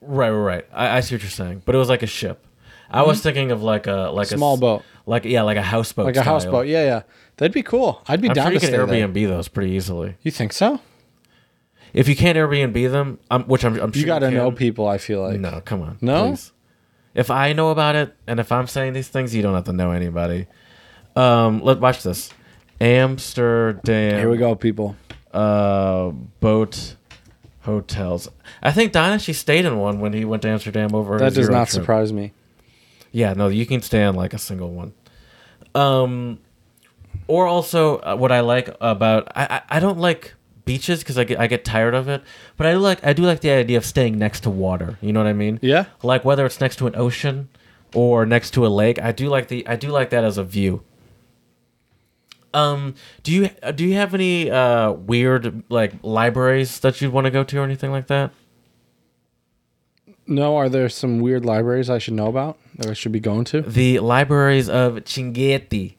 Speaker 2: Right, right, right. I, I see what you're saying, but it was like a ship. I was thinking of like a like a
Speaker 1: Mm-hmm. Small
Speaker 2: s-
Speaker 1: boat.
Speaker 2: like yeah, like a houseboat,
Speaker 1: Like a
Speaker 2: style.
Speaker 1: houseboat. Yeah, yeah. That'd be cool. I'd be
Speaker 2: I'm
Speaker 1: down
Speaker 2: sure you
Speaker 1: to
Speaker 2: can
Speaker 1: stay there.
Speaker 2: Airbnb those pretty easily.
Speaker 1: You think so?
Speaker 2: If you can't Airbnb them, i which I'm, I'm sure
Speaker 1: You got to
Speaker 2: can.
Speaker 1: know people, I feel like.
Speaker 2: No, come on.
Speaker 1: No?
Speaker 2: please. If I know about it, and if I'm saying these things, you don't have to know anybody. Um, let watch this. Amsterdam.
Speaker 1: Here we go, people.
Speaker 2: Uh, boat hotels. I think Don actually stayed in one when he went to Amsterdam over.
Speaker 1: That
Speaker 2: his
Speaker 1: does
Speaker 2: Euro
Speaker 1: not
Speaker 2: trip.
Speaker 1: surprise me.
Speaker 2: Yeah, no, you can stay on like a single one. Um, or also uh, what I like about I I, I don't like beaches because I get I get tired of it, but I like I do like the idea of staying next to water. You know what I mean?
Speaker 1: Yeah.
Speaker 2: Like whether it's next to an ocean or next to a lake, I do like the I do like that as a view. Um, do you uh, do you have any uh weird like libraries that you'd want to go to or anything like that?
Speaker 1: No, are there some weird libraries I should know about that I should be going to?
Speaker 2: The libraries of Chinguetti.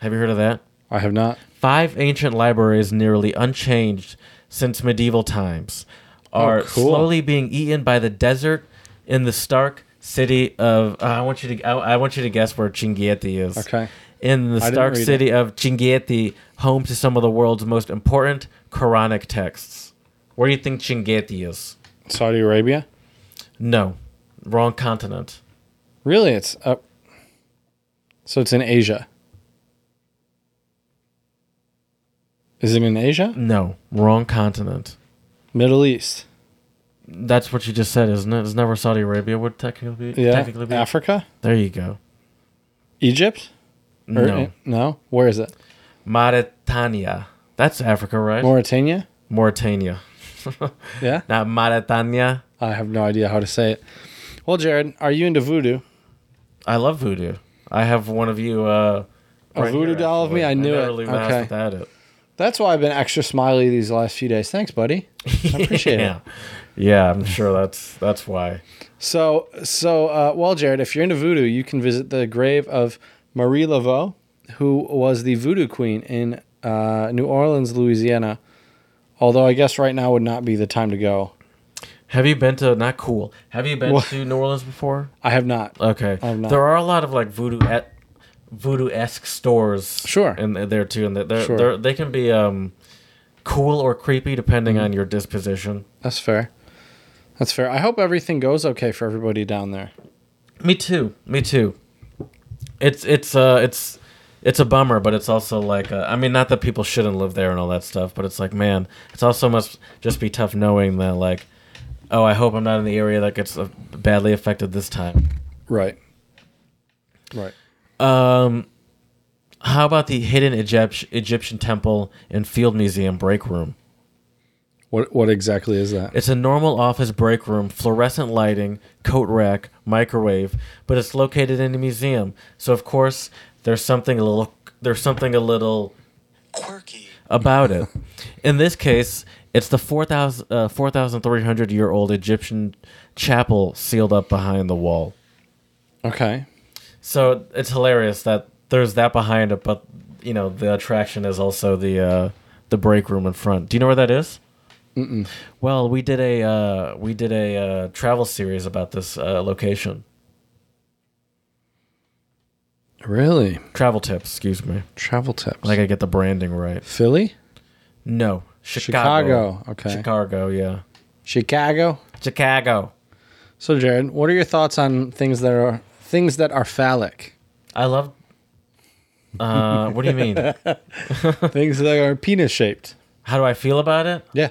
Speaker 2: Have you heard of that?
Speaker 1: I have not.
Speaker 2: Five ancient libraries, nearly unchanged since medieval times, are
Speaker 1: Oh, cool.
Speaker 2: slowly being eaten by the desert in the stark city of. uh, I want you to. I, I want you to guess where Chinguetti is.
Speaker 1: Okay.
Speaker 2: In the
Speaker 1: didn't
Speaker 2: stark
Speaker 1: read
Speaker 2: city of Chinguetti, home to some of the world's most important Quranic texts. Where do you think Chinguetti is?
Speaker 1: Saudi Arabia?
Speaker 2: No, wrong continent.
Speaker 1: Really? It's up. So it's in Asia. Is it in Asia?
Speaker 2: No, wrong continent.
Speaker 1: Middle East.
Speaker 2: That's what you just said, isn't it? Isn't that where Saudi Arabia would technically be?
Speaker 1: Yeah.
Speaker 2: Technically be?
Speaker 1: Africa?
Speaker 2: There you go.
Speaker 1: Egypt? Or-
Speaker 2: No.
Speaker 1: No? Where is it?
Speaker 2: Mauritania. That's Africa, right?
Speaker 1: Mauritania?
Speaker 2: Mauritania.
Speaker 1: *laughs* Yeah?
Speaker 2: *laughs* Not Mauritania.
Speaker 1: I have no idea how to say it. Well, Jared, are you into voodoo?
Speaker 2: I love voodoo. I have one of you. Uh,
Speaker 1: A voodoo doll of me? I knew it.
Speaker 2: never leave the house
Speaker 1: Okay.
Speaker 2: without it.
Speaker 1: That's why I've been extra smiley these last few days. Thanks, buddy. *laughs* I appreciate it.
Speaker 2: *laughs* yeah. Yeah, I'm sure that's that's why.
Speaker 1: So, so uh, well, Jared, if you're into voodoo, you can visit the grave of Marie Laveau, who was the voodoo queen in uh, New Orleans, Louisiana. Although I guess right now would not be the time to go.
Speaker 2: Have you been to not cool? Have you been
Speaker 1: What?
Speaker 2: to New Orleans before?
Speaker 1: I have not.
Speaker 2: Okay,
Speaker 1: I've not.
Speaker 2: there are a lot of like voodoo at voodoo esque stores.
Speaker 1: Sure.
Speaker 2: and there too, and they're,
Speaker 1: Sure.
Speaker 2: they're, they can be um, cool or creepy depending
Speaker 1: Mm-hmm.
Speaker 2: on your disposition.
Speaker 1: That's fair. That's fair. I hope everything goes okay for everybody down there.
Speaker 2: Me too. Me too. It's it's uh it's it's a bummer, but it's also like uh, I mean, not that people shouldn't live there and all that stuff, but it's like man, it's also must just be tough knowing that like, oh, I hope I'm not in the area that gets uh, badly affected this time.
Speaker 1: Right. Right.
Speaker 2: Um, how about the hidden Egypt- Egyptian temple and field museum break room?
Speaker 1: What What exactly is that?
Speaker 2: It's a normal office break room, fluorescent lighting, coat rack, microwave, but it's located in a museum. So of course, there's something a little there's something a little
Speaker 3: Quirky.
Speaker 2: about it. In this case, it's the 4,000 uh, 4,300 year old Egyptian chapel sealed up behind the wall.
Speaker 1: Okay.
Speaker 2: So it's hilarious that there's that behind it, but you know the attraction is also the uh, the break room in front. Do you know where that is? Mm-mm. Well, we did a uh, we did a uh, travel series about this uh, location.
Speaker 1: Really?
Speaker 2: Travel tips, excuse me.
Speaker 1: Travel tips.
Speaker 2: I gotta get the branding right.
Speaker 1: Philly,
Speaker 2: No, Chicago.
Speaker 1: Chicago, okay.
Speaker 2: Chicago. Yeah.
Speaker 1: Chicago.
Speaker 2: Chicago.
Speaker 1: So, Jared, what are your thoughts on things that are things that are phallic?
Speaker 2: I love. Uh, what do you mean? *laughs*
Speaker 1: things that are penis shaped.
Speaker 2: How do I feel about it?
Speaker 1: Yeah.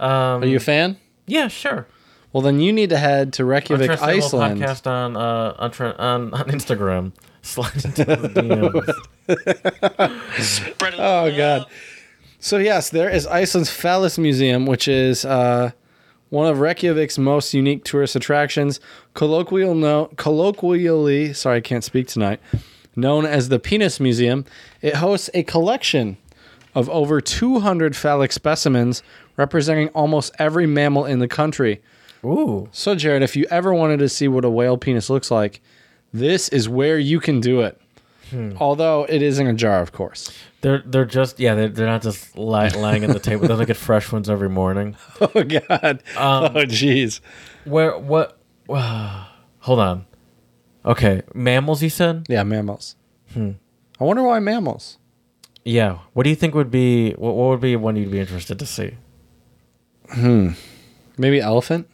Speaker 2: Um,
Speaker 1: Are you a fan?
Speaker 2: yeah, sure.
Speaker 1: Well, then you need to head to Reykjavik,
Speaker 2: Trust Animal
Speaker 1: Iceland.
Speaker 2: podcast on uh on tra- on, on Instagram. *laughs* Slide into the DMs.
Speaker 3: Spread it
Speaker 1: Oh God. So yes, there is Iceland's Phallus Museum, which is uh, one of Reykjavik's most unique tourist attractions, colloquial no, colloquially, sorry, I can't speak tonight, known as the Penis Museum. It hosts a collection of over 200 phallic specimens representing almost every mammal in the country.
Speaker 2: Ooh.
Speaker 1: So, Jared, if you ever wanted to see what a whale penis looks like, this is where you can do it. Although it is in a jar, of course.
Speaker 2: They're they're just yeah they're, they're not just lying, lying on the table. They don't get fresh ones every morning.
Speaker 1: *laughs* Oh God!
Speaker 2: Um,
Speaker 1: oh jeez!
Speaker 2: Where what? *sighs* hold on. Okay, mammals. You said
Speaker 1: Yeah, mammals.
Speaker 2: Hmm.
Speaker 1: I wonder why mammals.
Speaker 2: yeah. What do you think would be what, what would be one you'd be interested to see?
Speaker 1: Maybe elephant.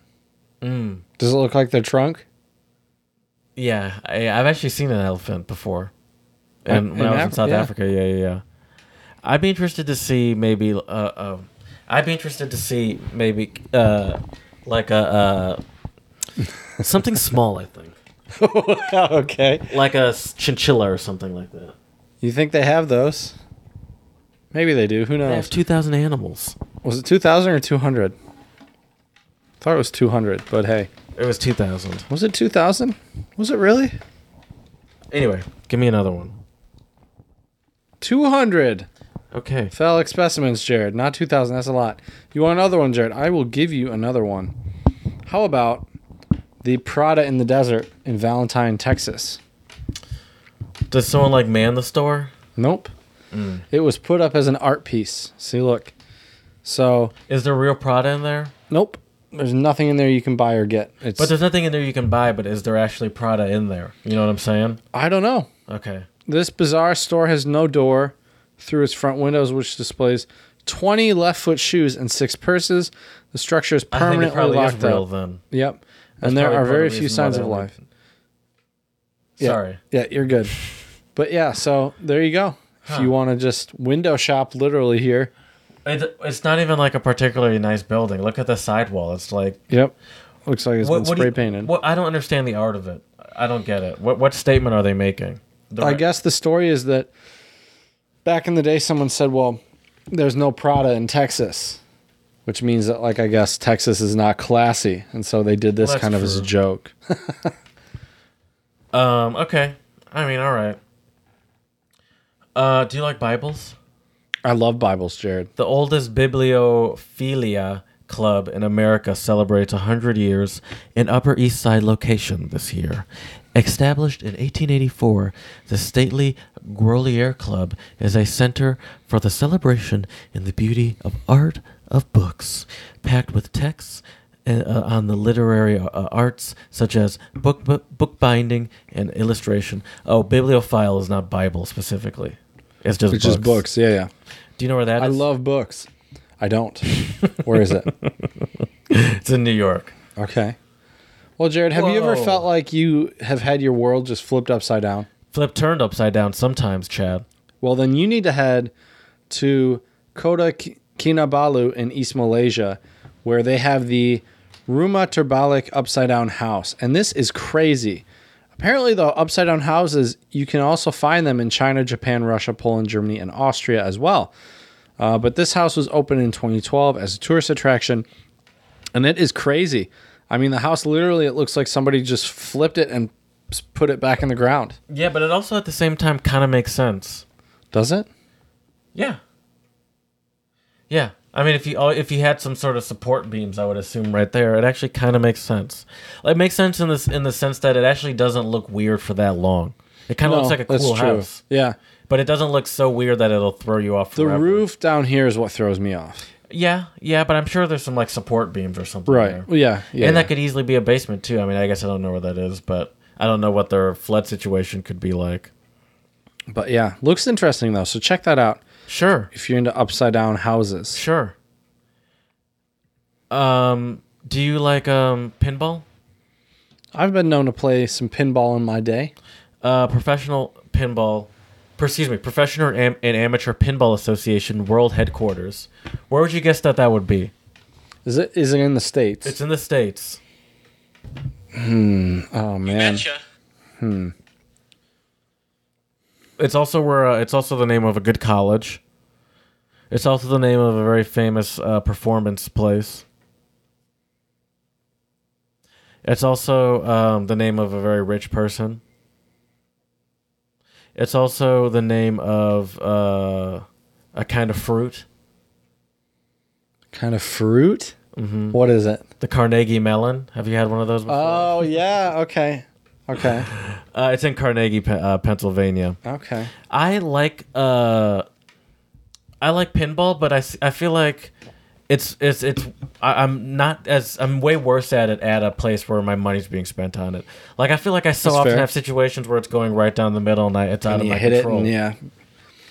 Speaker 2: Hmm.
Speaker 1: Does it look like their trunk? *laughs*
Speaker 2: Yeah, I, I've actually seen an elephant before, and
Speaker 1: In
Speaker 2: when I was in
Speaker 1: Afri-
Speaker 2: South
Speaker 1: yeah.
Speaker 2: Africa, yeah, yeah, yeah. I'd be interested to see maybe. Uh, uh, I'd be interested to see maybe uh, like a *laughs* uh, something small. I think
Speaker 1: okay.
Speaker 2: like a s- chinchilla or something like that.
Speaker 1: You think they have those? Maybe they do. Who
Speaker 2: They
Speaker 1: knows?
Speaker 2: have two thousand animals.
Speaker 1: was it two thousand or two hundred? Thought it was two hundred, but hey,
Speaker 2: It was two thousand.
Speaker 1: was it two thousand? Was it really
Speaker 2: Anyway, give me another one.
Speaker 1: two hundred?
Speaker 2: Okay.
Speaker 1: Phallic specimens, Jared. Not 2,000. That's a lot. You want another one, Jared? I will give you another one. How about the Prada in the desert in Valentine, Texas?
Speaker 2: Does someone like man the store?
Speaker 1: Nope.
Speaker 2: Mm.
Speaker 1: It was put up as an art piece. See, look. So,
Speaker 2: Is there real Prada in there?
Speaker 1: nope. There's nothing in there you can buy or get. It's
Speaker 2: But there's nothing in there you can buy. But is there actually Prada in there? You know what I'm saying?
Speaker 1: I don't know.
Speaker 2: Okay.
Speaker 1: This bizarre store has no door through its front windows, which displays 20 left foot shoes and six purses. The structure is
Speaker 2: I think it
Speaker 1: permanently
Speaker 2: probably
Speaker 1: locked
Speaker 2: is real
Speaker 1: up.
Speaker 2: then.
Speaker 1: Yep.
Speaker 2: That's
Speaker 1: And there
Speaker 2: probably
Speaker 1: are
Speaker 2: part
Speaker 1: very
Speaker 2: the
Speaker 1: few
Speaker 2: reason
Speaker 1: signs
Speaker 2: why
Speaker 1: of
Speaker 2: they
Speaker 1: life.
Speaker 2: only-
Speaker 1: Yeah.
Speaker 2: Sorry.
Speaker 1: Yeah, you're good. But yeah, so there you go. If you want to just window shop literally here.
Speaker 2: It, it's not even like a particularly nice building. Look at the sidewall. It's like
Speaker 1: Yep. Looks like it's
Speaker 2: what,
Speaker 1: been
Speaker 2: what do
Speaker 1: spray
Speaker 2: you-
Speaker 1: painted.
Speaker 2: What, I don't understand the art of it. I don't get it. What what statement are they making? The
Speaker 1: I
Speaker 2: re-
Speaker 1: guess the story is that back in the day someone said, "Well, there's no Prada in Texas." Which means that like I guess Texas is not classy, and so they did this
Speaker 2: Well, that's
Speaker 1: kind of as a
Speaker 2: true.
Speaker 1: joke.
Speaker 2: Um. Okay. I mean, all right. Uh, do you like Bibles?
Speaker 1: I love Bibles, Jared.
Speaker 2: The oldest bibliophilia club in America celebrates 100 years in Upper East Side location this year. Established in 1884, the stately Grolier Club is a center for the celebration and the beauty of art of books, packed with texts uh, uh, on the literary uh, arts such as book bu- bookbinding and illustration. Oh, bibliophile is not Bible specifically. It's just
Speaker 1: It's
Speaker 2: books.
Speaker 1: just books. Yeah, yeah.
Speaker 2: Do you know where that is?
Speaker 1: I love books. I don't. Where is it?
Speaker 2: It's in New York.
Speaker 1: Okay. Well, Jared, have you ever
Speaker 2: Whoa.
Speaker 1: felt like you have had your world just flipped upside down?
Speaker 2: Flip turned upside down sometimes, Chad.
Speaker 1: Well, then you need to head to Kota Ki- Kinabalu in East Malaysia, where they have the Rumah Terbalik upside down house. And this is crazy. Apparently, though, upside down houses, you can also find them in China, Japan, Russia, Poland, Germany, and Austria as well. Uh, but this house was opened in 2012 as a tourist attraction, and it is crazy. I mean, the house literally, it looks like somebody just flipped it and s- put it back in the ground.
Speaker 2: Yeah, but it also at the same time kind of makes sense.
Speaker 1: Does it?
Speaker 2: Yeah. Yeah. I mean, if you if you had some sort of support beams, I would assume right there, it actually kind of makes sense. It makes sense in this in the sense that it actually doesn't look weird for that long. It kind of looks like a cool house,
Speaker 1: Yeah.
Speaker 2: but it doesn't look so weird that it'll throw you off.
Speaker 1: The
Speaker 2: forever.
Speaker 1: roof down here is what throws me off.
Speaker 2: Yeah, yeah, but I'm sure there's some like support beams or something. there.
Speaker 1: Right. Well, yeah. Yeah.
Speaker 2: and
Speaker 1: yeah.
Speaker 2: that could easily be a basement too. I mean, I guess I don't know where that is, but I don't know what their flood situation could be like.
Speaker 1: but yeah, looks interesting though. So check that out
Speaker 2: Sure,
Speaker 1: if you're into upside down houses.
Speaker 2: sure. Um, do you like um pinball?
Speaker 1: I've been known to play some pinball in my day.
Speaker 2: Uh, professional pinball, per- excuse me, professional and, am- and amateur pinball association world headquarters. Where would you guess that that would be?
Speaker 1: Is it? Is it in the states?
Speaker 2: It's in the states.
Speaker 1: oh man.
Speaker 3: Betcha.
Speaker 2: It's also where uh, it's also the name of a good college. It's also the name of a very famous uh, performance place. It's also um, the name of a very rich person. It's also the name of uh, a kind of fruit,
Speaker 1: Kind of fruit.
Speaker 2: Mm-hmm.
Speaker 1: What is it?
Speaker 2: the Carnegie melon. Have you had one of those before?
Speaker 1: Oh yeah. Okay. Okay.
Speaker 2: Uh, it's in Carnegie, Pe- uh, Pennsylvania.
Speaker 1: Okay.
Speaker 2: I like uh, I like pinball, but I, s- I feel like it's it's it's I, I'm not as I'm way worse at it at a place where my money's being spent on it. Like I feel like I so
Speaker 1: That's
Speaker 2: often
Speaker 1: fair.
Speaker 2: have situations where it's going right down the middle and I, it's out
Speaker 1: And
Speaker 2: of
Speaker 1: you
Speaker 2: my
Speaker 1: hit
Speaker 2: control.
Speaker 1: it. And yeah.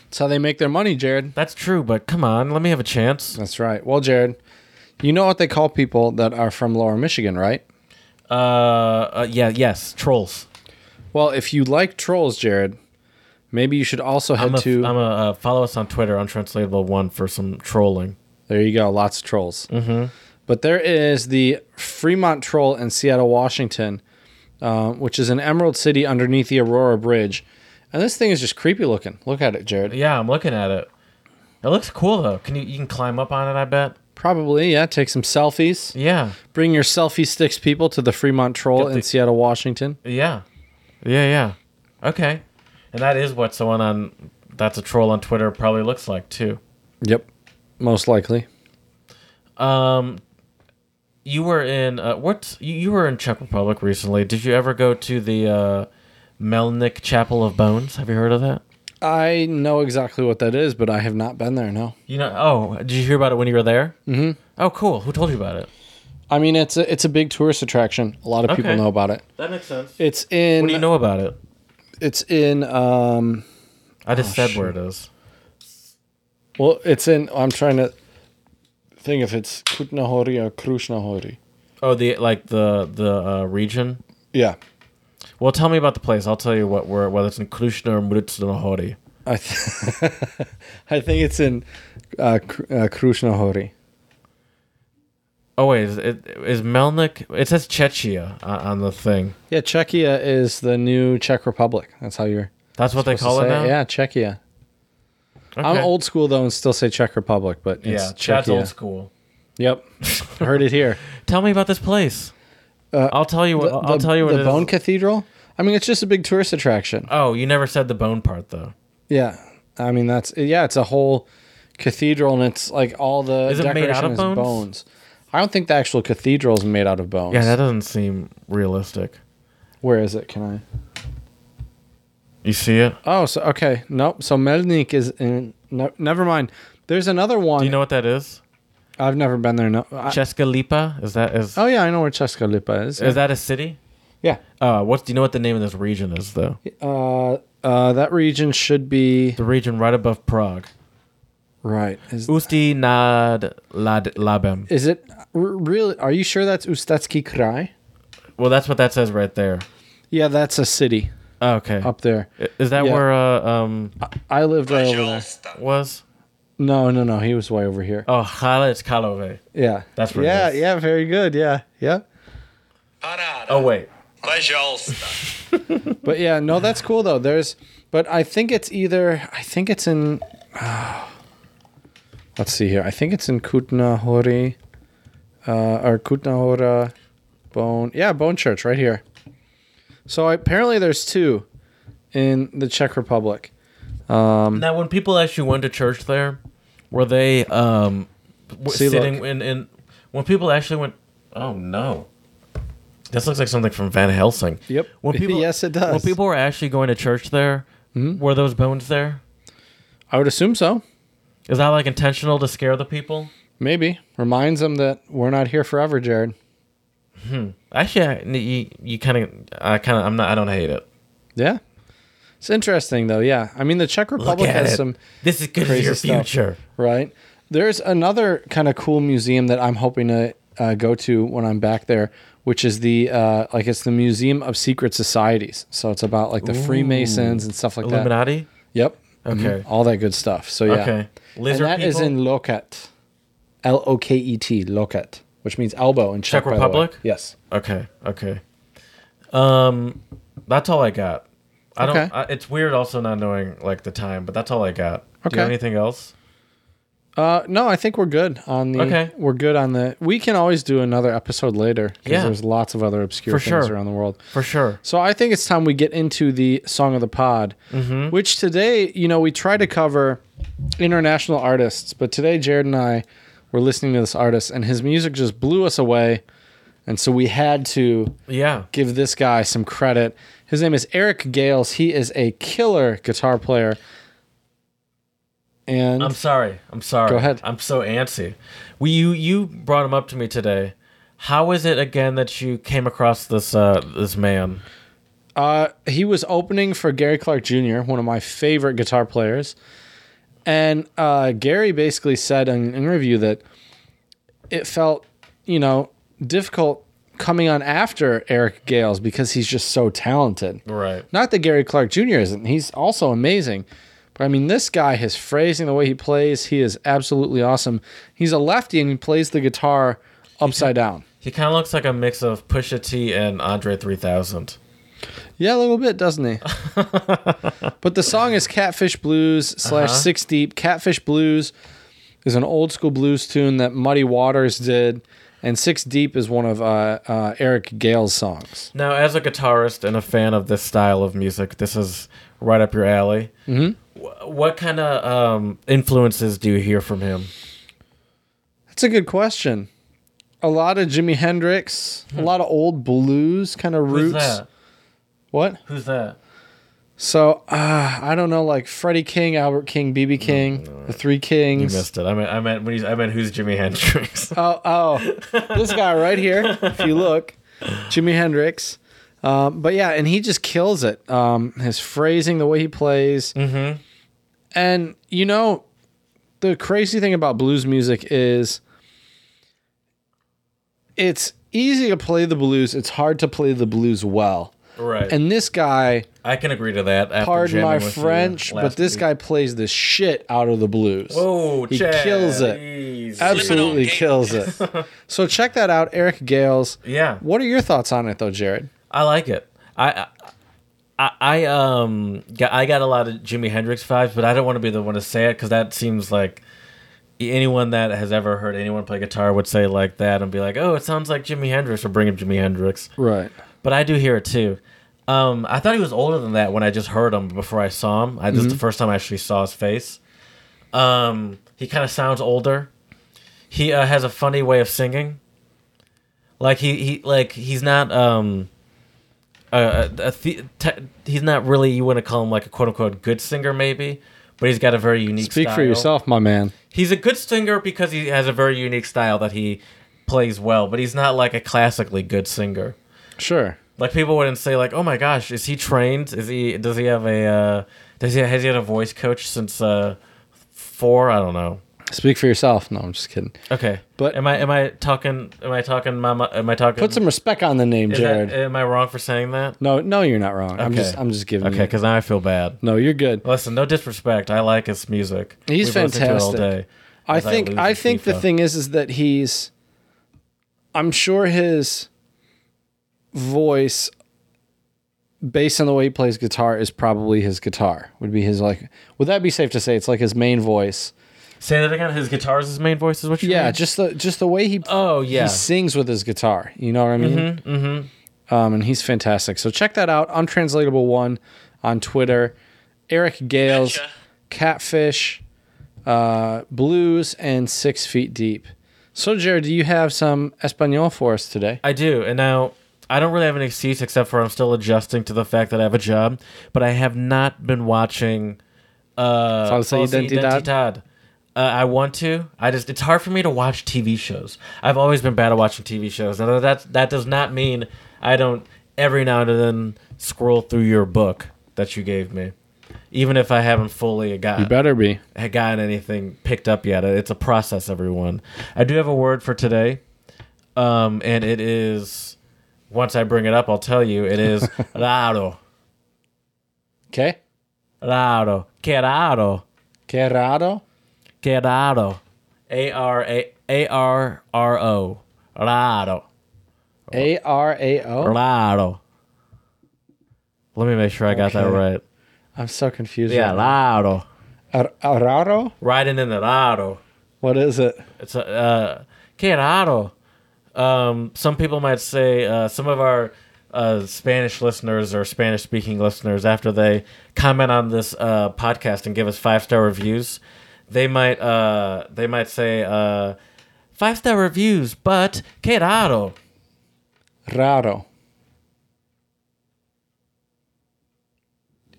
Speaker 1: That's how they make their money, Jared.
Speaker 2: That's true, but come on, let me have a chance.
Speaker 1: That's right. Well, Jared, you know what they call people that are from Lower Michigan, right?
Speaker 2: Uh, uh yeah, yes, trolls.
Speaker 1: Well, if you like trolls, Jared, maybe you should also head
Speaker 2: I'm a,
Speaker 1: to.
Speaker 2: I'm a uh, follow us on Twitter, untranslatable one for some trolling.
Speaker 1: there you go. Lots of trolls. Mm-hmm. But there is the Fremont Troll in Seattle, Washington, um, which is an emerald city underneath the Aurora Bridge. And this thing is just creepy looking. Look at it, Jared.
Speaker 2: Yeah, I'm looking at it. It looks cool though. Can you you can climb up on it? I bet.
Speaker 1: Probably, yeah. Take some selfies.
Speaker 2: Yeah.
Speaker 1: Bring your selfie sticks, people, to the Fremont Troll in Seattle, Washington.
Speaker 2: Yeah. Yeah, yeah. Okay. And that is what someone on that's a troll on Twitter probably looks like too.
Speaker 1: Yep, most likely.
Speaker 2: Um you were in uh what you, you were in Czech Republic recently. Did you ever go to the uh Melnick Chapel of Bones? Have you heard of that?
Speaker 1: I know exactly what that is, but I have not been there. No,
Speaker 2: You know oh, did you hear about it when you were there? Mm-hmm. Oh cool. Who told you about it?
Speaker 1: I mean it's a, it's a big tourist attraction. A lot of people
Speaker 2: Okay.
Speaker 1: know about it.
Speaker 2: That makes sense.
Speaker 1: It's in
Speaker 2: What do you know about it?
Speaker 1: it's in um
Speaker 2: I just said where it is.
Speaker 1: well it's in I'm trying to think if it's Kutnahori or Krushnahori.
Speaker 2: Oh, the like the the uh, region.
Speaker 1: Yeah,
Speaker 2: Well, tell me about the place. I'll tell you what we're whether it's in Krishna or Murutsunohori.
Speaker 1: I th- *laughs* I think it's in uh, Kr- uh, Krushnahori.
Speaker 2: Oh wait, is, it, is Melnik? It says Chechia on, on the thing.
Speaker 1: Yeah, Czechia is the new Czech Republic. That's how you're
Speaker 2: That's what they
Speaker 1: supposed to
Speaker 2: call it
Speaker 1: say
Speaker 2: now.
Speaker 1: it. Yeah, Czechia.
Speaker 2: Okay.
Speaker 1: I'm old school though and still say Czech Republic, but
Speaker 2: Yeah,
Speaker 1: it's Czechia.
Speaker 2: that's old school.
Speaker 1: Yep, heard it
Speaker 2: *laughs*
Speaker 1: here.
Speaker 2: Tell me about this place. I'll tell you what.
Speaker 1: Uh, The-
Speaker 2: I'll
Speaker 1: the-
Speaker 2: tell you what
Speaker 1: the
Speaker 2: it is.
Speaker 1: Bone Cathedral. I mean, it's just a big tourist attraction.
Speaker 2: oh, you never said the bone part though.
Speaker 1: Yeah, I mean that's yeah, it's a whole cathedral, and it's like all the
Speaker 2: Is it made out of
Speaker 1: decoration is
Speaker 2: bones?
Speaker 1: I don't think the actual cathedral is made out of bones.
Speaker 2: Yeah, that doesn't seem realistic.
Speaker 1: Where is it? Can I?
Speaker 2: You see it?
Speaker 1: Oh, so okay, nope. So Melnik is in. No, never mind. There's another one.
Speaker 2: Do you know what that is?
Speaker 1: I've never been there. No. I-
Speaker 2: Cheska Lipa? Is that is
Speaker 1: oh yeah, I know where Česká Lipa is.
Speaker 2: is that a city?
Speaker 1: yeah.
Speaker 2: Uh, what do you know what the name of this region is though?
Speaker 1: Uh, uh, that region should be
Speaker 2: The region right above Prague.
Speaker 1: right. Is,
Speaker 2: Usti nad lad, labem.
Speaker 1: is it r- really? Are you sure that's Ústecký kraj?
Speaker 2: Well, that's what that says right there.
Speaker 1: Yeah, that's a city
Speaker 2: Okay.
Speaker 1: up there.
Speaker 2: Is that
Speaker 1: Um, yeah.
Speaker 2: where uh, um
Speaker 1: I lived right over there.
Speaker 3: Пожалуйста.
Speaker 2: was?
Speaker 1: No, no, no. He was way over here.
Speaker 2: Oh, Khaled Kalove.
Speaker 1: yeah,
Speaker 2: that's where it
Speaker 1: Yeah,
Speaker 2: is.
Speaker 1: yeah. Very good. Yeah, yeah.
Speaker 3: Парада.
Speaker 2: Oh wait.
Speaker 3: Пожалуйста.
Speaker 1: But yeah, no, that's cool though. There's, but I think it's either. I think it's in. *sighs* let's see here. I think it's in Kutnahori, uh, or Kutnahora, Bone. Yeah, Bone Church right here. So apparently there's two in the Czech Republic. Um,
Speaker 2: Now, when people actually went to church there, were they um w-
Speaker 1: See, look.
Speaker 2: sitting in in when people actually went? Oh no. This looks like something from Van Helsing.
Speaker 1: Yep. *laughs*
Speaker 2: When people
Speaker 1: Yes, it does. Hmm?
Speaker 2: When people were actually going to church there, were those bones there?
Speaker 1: I would assume so.
Speaker 2: Is that like intentional to scare the people?
Speaker 1: Maybe reminds them that we're not here forever, Jared.
Speaker 2: Actually, I, you you kind of I kind of I'm not I don't hate it.
Speaker 1: Yeah. It's interesting though. Yeah. I mean, the Czech Republic has some
Speaker 2: This is good for
Speaker 1: crazy
Speaker 2: your
Speaker 1: stuff.
Speaker 2: future.
Speaker 1: right. There's another kind of cool museum that I'm hoping to uh, go to when I'm back there, which is the uh, like it's the Museum of Secret Societies. So it's about like the Freemasons and stuff like that.
Speaker 2: Illuminati.
Speaker 1: Yep. Mm-hmm.
Speaker 2: Okay.
Speaker 1: All that good stuff. So yeah.
Speaker 2: Okay. Lizard
Speaker 1: and that is
Speaker 2: people?
Speaker 1: in Loket. L O K E T, Loket, which means elbow in Czech,
Speaker 2: Czech
Speaker 1: by the way.
Speaker 2: Republic?
Speaker 1: Yes.
Speaker 2: Okay. Okay. Um, that's all I got. I don't.
Speaker 1: Okay.
Speaker 2: I, it's weird also not knowing like the time, but that's all I got. Do you
Speaker 1: Okay.
Speaker 2: have anything else?
Speaker 1: Uh, no, I think we're good on the.
Speaker 2: Okay.
Speaker 1: We're good on the. We can always do another episode later because
Speaker 2: Yeah.
Speaker 1: there's lots of other obscure
Speaker 2: For
Speaker 1: things
Speaker 2: sure.
Speaker 1: around the world.
Speaker 2: For sure.
Speaker 1: So I think it's time we get into the song of the pod, which today, you know, we try to cover international artists, but today Jared and I were listening to this artist and his music just blew us away. And so we had to
Speaker 2: Yeah.
Speaker 1: give this guy some credit. His name is Eric Gales. He is a killer guitar player. And
Speaker 2: I'm sorry. I'm sorry.
Speaker 1: Go ahead.
Speaker 2: I'm so antsy. We you you brought him up to me today. How is it again that you came across this uh this man?
Speaker 1: Uh, he was opening for Gary Clark Jr., one of my favorite guitar players. And uh, Gary basically said in an interview that it felt, you know, difficult coming on after Eric Gales because he's just so talented.
Speaker 2: Right.
Speaker 1: Not that Gary Clark Jr. isn't, he's also amazing. But I mean, this guy, his phrasing, the way he plays, he is absolutely awesome. He's a lefty and he plays the guitar upside down.
Speaker 2: He kind of looks like a mix of Pusha T and Andre 3000.
Speaker 1: Yeah, a little bit, doesn't
Speaker 2: *laughs*
Speaker 1: he? but the song is Catfish Blues slash
Speaker 2: Uh-huh.
Speaker 1: Six Deep. Catfish Blues is an old school blues tune that Muddy Waters did, and Six Deep is one of uh, uh, Eric Gale's songs.
Speaker 2: Now, as a guitarist and a fan of this style of music, this is right up your alley. Mm-hmm. What kind of um, influences do you hear from him?
Speaker 1: That's a good question. A lot of Jimi Hendrix, a lot of old blues kind of
Speaker 2: Hmm. Who's
Speaker 1: roots.
Speaker 2: that?
Speaker 1: What?
Speaker 2: Who's that?
Speaker 1: So uh, I don't know, like Freddie King, Albert King, BB King, the Three
Speaker 2: Mm, You
Speaker 1: Kings.
Speaker 2: missed it. I meant, I meant, when he's, I meant who's Jimi Hendrix?
Speaker 1: Oh, oh, this guy right here. If you look, Jimi Hendrix. Um, but yeah, and he just kills it. Um, his phrasing, the way he plays, mm-hmm. and you know, the crazy thing about blues music is, it's easy to play the blues. It's hard to play the blues well.
Speaker 2: *laughs* right.
Speaker 1: And this guy,
Speaker 2: I can agree to that. after
Speaker 1: pardon
Speaker 2: jamming
Speaker 1: my
Speaker 2: with you
Speaker 1: French,
Speaker 2: last
Speaker 1: but this
Speaker 2: week.
Speaker 1: guy plays the shit out of the blues.
Speaker 2: Oh,
Speaker 1: he kills it.
Speaker 2: Jeez.
Speaker 1: Absolutely
Speaker 3: Slipping
Speaker 1: kills it. So check that out, Eric Gales.
Speaker 2: Yeah.
Speaker 1: What are your thoughts on it, though, Jared?
Speaker 2: I like it. I, I, I um, got, I got a lot of Jimi Hendrix vibes, but I don't want to be the one to say it because that seems like anyone that has ever heard anyone play guitar would say like that and be like, "Oh, it sounds like Jimi Hendrix," or bring up Jimi Hendrix.
Speaker 1: Right.
Speaker 2: But I do hear it too. Um, I thought he was older than that when I just heard him before I saw him. I, This
Speaker 1: Mm-hmm.
Speaker 2: is the first time I actually saw his face. Um, he kind of sounds older. He uh, has a funny way of singing. Like he, he like he's not um, a, a a the, te- he's not really you wouldn't call him like a quote unquote good singer maybe, but he's got a very unique.
Speaker 1: Speak for
Speaker 2: style.
Speaker 1: yourself, my man.
Speaker 2: He's a good singer because he has a very unique style that he plays well, but he's not like a classically good singer
Speaker 1: Sure.
Speaker 2: like people wouldn't say like oh my gosh is he trained is he does he have a uh does he has he had a voice coach since uh four i don't know
Speaker 1: Speak for yourself. No, I'm just kidding.
Speaker 2: okay
Speaker 1: But-
Speaker 2: am i am i talking am i talking mama am i talking
Speaker 1: Put some respect on the name,
Speaker 2: is that-
Speaker 1: Jared.
Speaker 2: am i wrong for saying that
Speaker 1: no, no, you're not wrong. I'm
Speaker 2: Okay.
Speaker 1: just, I'm just giving.
Speaker 2: okay
Speaker 1: Okay.
Speaker 2: because now i feel bad
Speaker 1: No, you're good.
Speaker 2: listen no disrespect i like his music
Speaker 1: He's
Speaker 2: listened to it all
Speaker 1: fantastic.
Speaker 2: day
Speaker 1: I
Speaker 2: as I
Speaker 1: think,
Speaker 2: lose
Speaker 1: I
Speaker 2: in
Speaker 1: think the
Speaker 2: FIFA.
Speaker 1: thing is, is that he's. I'm sure his voice, based on the way he plays guitar, is probably his guitar. Would be his like. Would that be safe to say? It's like his main voice.
Speaker 2: say that again his guitar is his main voice is what you
Speaker 1: Yeah,
Speaker 2: mean?
Speaker 1: just the just the way he
Speaker 2: oh
Speaker 1: he
Speaker 2: yeah
Speaker 1: sings with his guitar. You know what I mean? Mm-hmm, Um, and he's fantastic. So check that out. Untranslatable one on Twitter. Eric Gales,
Speaker 3: Gotcha.
Speaker 1: Catfish, uh, Blues, and Six Feet Deep. So Jared, do you have some Espanol for us today?
Speaker 2: I do. And now I don't really have an excuse except for I'm still adjusting to the fact that I have a job, but I have not been watching uh
Speaker 1: Falsa Identidad?
Speaker 2: Identidad. Uh, I want to. I just it's hard for me to watch TV shows. I've always been bad at watching TV shows. Now that that does not mean I don't every now and then scroll through your book that you gave me. Even if I haven't fully got
Speaker 1: You better be.
Speaker 2: had gotten anything picked up yet. It's a process, everyone. I do have a word for today, um, and it is. Once I bring it up, I'll tell you. It is raro,
Speaker 1: Okay.
Speaker 2: raro, que raro,
Speaker 1: Que raro.
Speaker 2: que raro, a r a a r r o, raro,
Speaker 1: A R A O.
Speaker 2: raro. Let me make sure I got that
Speaker 1: Okay.
Speaker 2: right.
Speaker 1: I'm so confused.
Speaker 2: Yeah,
Speaker 1: right
Speaker 2: raro,
Speaker 1: now. Ar- Araro.
Speaker 2: riding in the raro.
Speaker 1: What is it?
Speaker 2: It's a uh, que raro. Um, some people might say uh, some of our uh, Spanish listeners or Spanish speaking listeners, after they comment on this uh, podcast and give us five star reviews, they might uh, they might say uh, five star reviews, but que raro.
Speaker 1: Raro.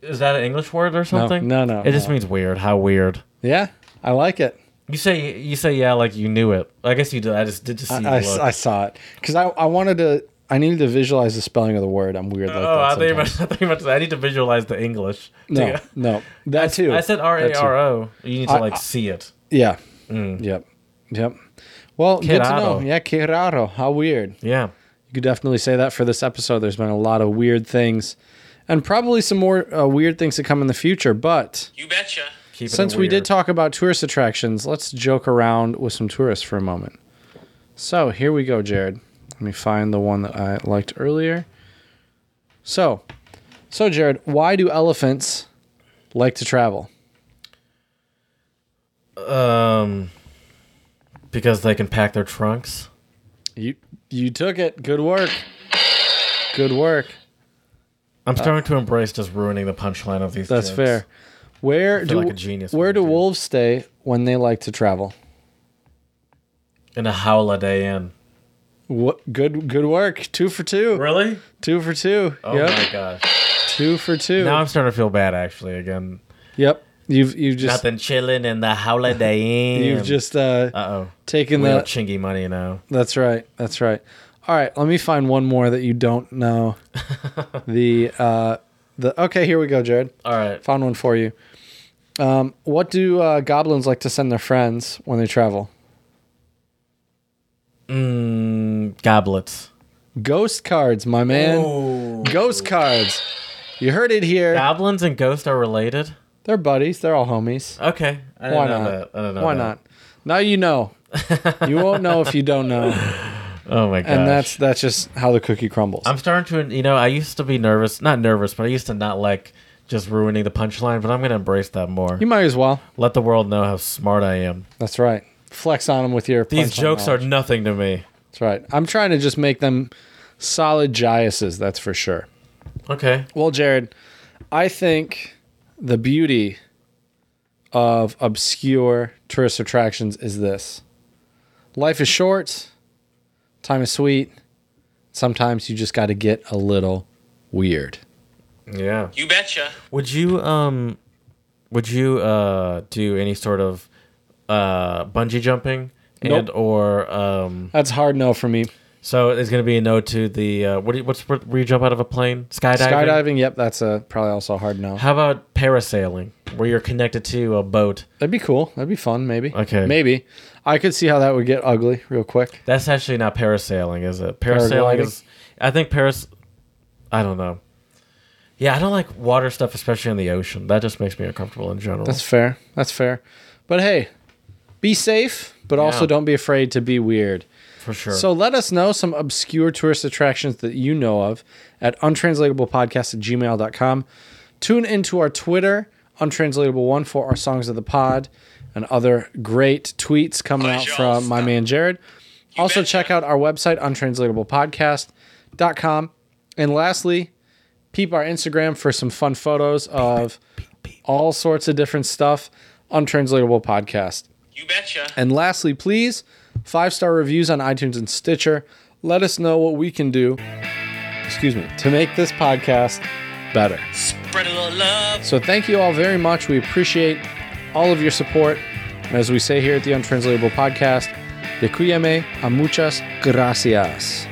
Speaker 2: Is that an English word or something?
Speaker 1: no, no,
Speaker 2: It just
Speaker 1: no.
Speaker 2: means weird. How weird.
Speaker 1: Yeah, I like it.
Speaker 2: You say you say yeah like you knew it. I guess you did. I just did just see
Speaker 1: I, I
Speaker 2: the
Speaker 1: s-
Speaker 2: look.
Speaker 1: I saw it because I, I wanted to I needed to visualize the spelling of the word. I'm weird like
Speaker 2: oh, I
Speaker 1: that.
Speaker 2: think, *laughs*
Speaker 1: sometimes.
Speaker 2: about, I think about I need to visualize the English. *laughs*
Speaker 1: No, no, that too.
Speaker 2: I said R Mm. A R O. You need to
Speaker 1: I-
Speaker 2: like see it.
Speaker 1: Yeah. Yep. Yep. Well, good to know.
Speaker 2: Querado.
Speaker 1: Yeah, que raro. How weird.
Speaker 2: Yeah.
Speaker 1: You could definitely say that for this episode. There's been a lot of weird things, and probably some more uh, weird things to come in the future. But
Speaker 3: You betcha.
Speaker 2: Keep it
Speaker 1: since we
Speaker 2: weird.
Speaker 1: did talk about tourist attractions, let's joke around with some tourists for a moment. So here we go, Jared. Let me find the one that I liked earlier. So, so Jared, why do elephants like to travel?
Speaker 2: um, because they can pack their trunks.
Speaker 1: You you took it. Good work. Good work.
Speaker 2: I'm starting to embrace just ruining the punchline of these.
Speaker 1: Uh, That's
Speaker 2: jokes.
Speaker 1: fair. Where do
Speaker 2: like a genius
Speaker 1: where
Speaker 2: when
Speaker 1: do
Speaker 2: I do.
Speaker 1: wolves stay when they like to travel?
Speaker 2: In a holiday inn.
Speaker 1: What good good work. Two for two.
Speaker 2: Really?
Speaker 1: Two for two.
Speaker 2: Oh
Speaker 1: yep.
Speaker 2: my gosh.
Speaker 1: Two for two.
Speaker 2: Now I'm starting to feel bad actually again.
Speaker 1: yep. You've you've just
Speaker 2: Nothing chilling in the holiday inn.
Speaker 1: *laughs* you've just uh,
Speaker 2: Uh oh.
Speaker 1: taken
Speaker 2: We have
Speaker 1: that.
Speaker 2: chingy money now.
Speaker 1: That's right. That's right. All right. Let me find one more that you don't
Speaker 2: *laughs*
Speaker 1: know. the uh, the okay. Here we go, Jared.
Speaker 2: All right.
Speaker 1: Found one for you. Um, what do uh, goblins like to send their friends when they travel?
Speaker 2: Mm, goblets.
Speaker 1: Ghost cards, my man.
Speaker 2: Oh.
Speaker 1: Ghost cards. You heard it here.
Speaker 2: Goblins and ghosts are related.
Speaker 1: They're buddies. They're all homies.
Speaker 2: Okay. I didn't
Speaker 1: Why
Speaker 2: know
Speaker 1: not?
Speaker 2: that. I don't know
Speaker 1: Why
Speaker 2: that.
Speaker 1: not? Now you know. you won't know if you don't know.
Speaker 2: *laughs* Oh my gosh.
Speaker 1: And that's that's just how the cookie crumbles.
Speaker 2: I'm starting to, you know, I used to be nervous, not nervous, but I used to not like just ruining the punchline, but I'm going to embrace that more.
Speaker 1: you might as well.
Speaker 2: Let the world know how smart I am.
Speaker 1: That's right. Flex on them with your.
Speaker 2: These
Speaker 1: punchline
Speaker 2: jokes
Speaker 1: knowledge.
Speaker 2: are nothing to me.
Speaker 1: That's right. I'm trying to just make them solid giases. That's for sure.
Speaker 2: Okay.
Speaker 1: Well, Jared, I think the beauty of obscure tourist attractions is this life is short, time is sweet. Sometimes you just got to get a little weird.
Speaker 2: Yeah.
Speaker 3: You betcha.
Speaker 2: Would you um would you uh do any sort of uh bungee jumping and
Speaker 1: Nope.
Speaker 2: or um
Speaker 1: That's a hard no for me.
Speaker 2: so it's going to be a no to the uh what do you, what's what, where you jump out of a plane? Skydiving.
Speaker 1: Skydiving, yep, that's a probably also a hard no.
Speaker 2: How about parasailing where you're connected to a boat?
Speaker 1: That'd be cool. That'd be fun, maybe.
Speaker 2: Okay.
Speaker 1: Maybe. I could see how that would get ugly real quick.
Speaker 2: That's actually not parasailing, is it? Parasailing
Speaker 1: Paragliding?
Speaker 2: is. I think paras. I don't know. Yeah, I don't like water stuff, especially in the ocean. That just makes me uncomfortable in general.
Speaker 1: That's fair. That's fair. But hey, be safe, but also
Speaker 2: Yeah.
Speaker 1: don't be afraid to be weird.
Speaker 2: for sure.
Speaker 1: So let us know some obscure tourist attractions that you know of at untranslatablepodcast at gmail.com. Tune into our Twitter, untranslatable1, for our songs of the pod and other great tweets coming out from my man Jared. Also,
Speaker 3: betcha.
Speaker 1: check out our website, untranslatablepodcast.com. And lastly, peep our Instagram for some fun photos of all sorts of different stuff, untranslatable podcast.
Speaker 3: You betcha.
Speaker 1: And lastly, please, five star reviews on iTunes and Stitcher. Let us know what we can do, excuse me, to make this podcast better.
Speaker 3: Spread a little love.
Speaker 1: So thank you all very much. We appreciate all of your support. And as we say here at the Untranslatable Podcast, de cuyame a muchas gracias.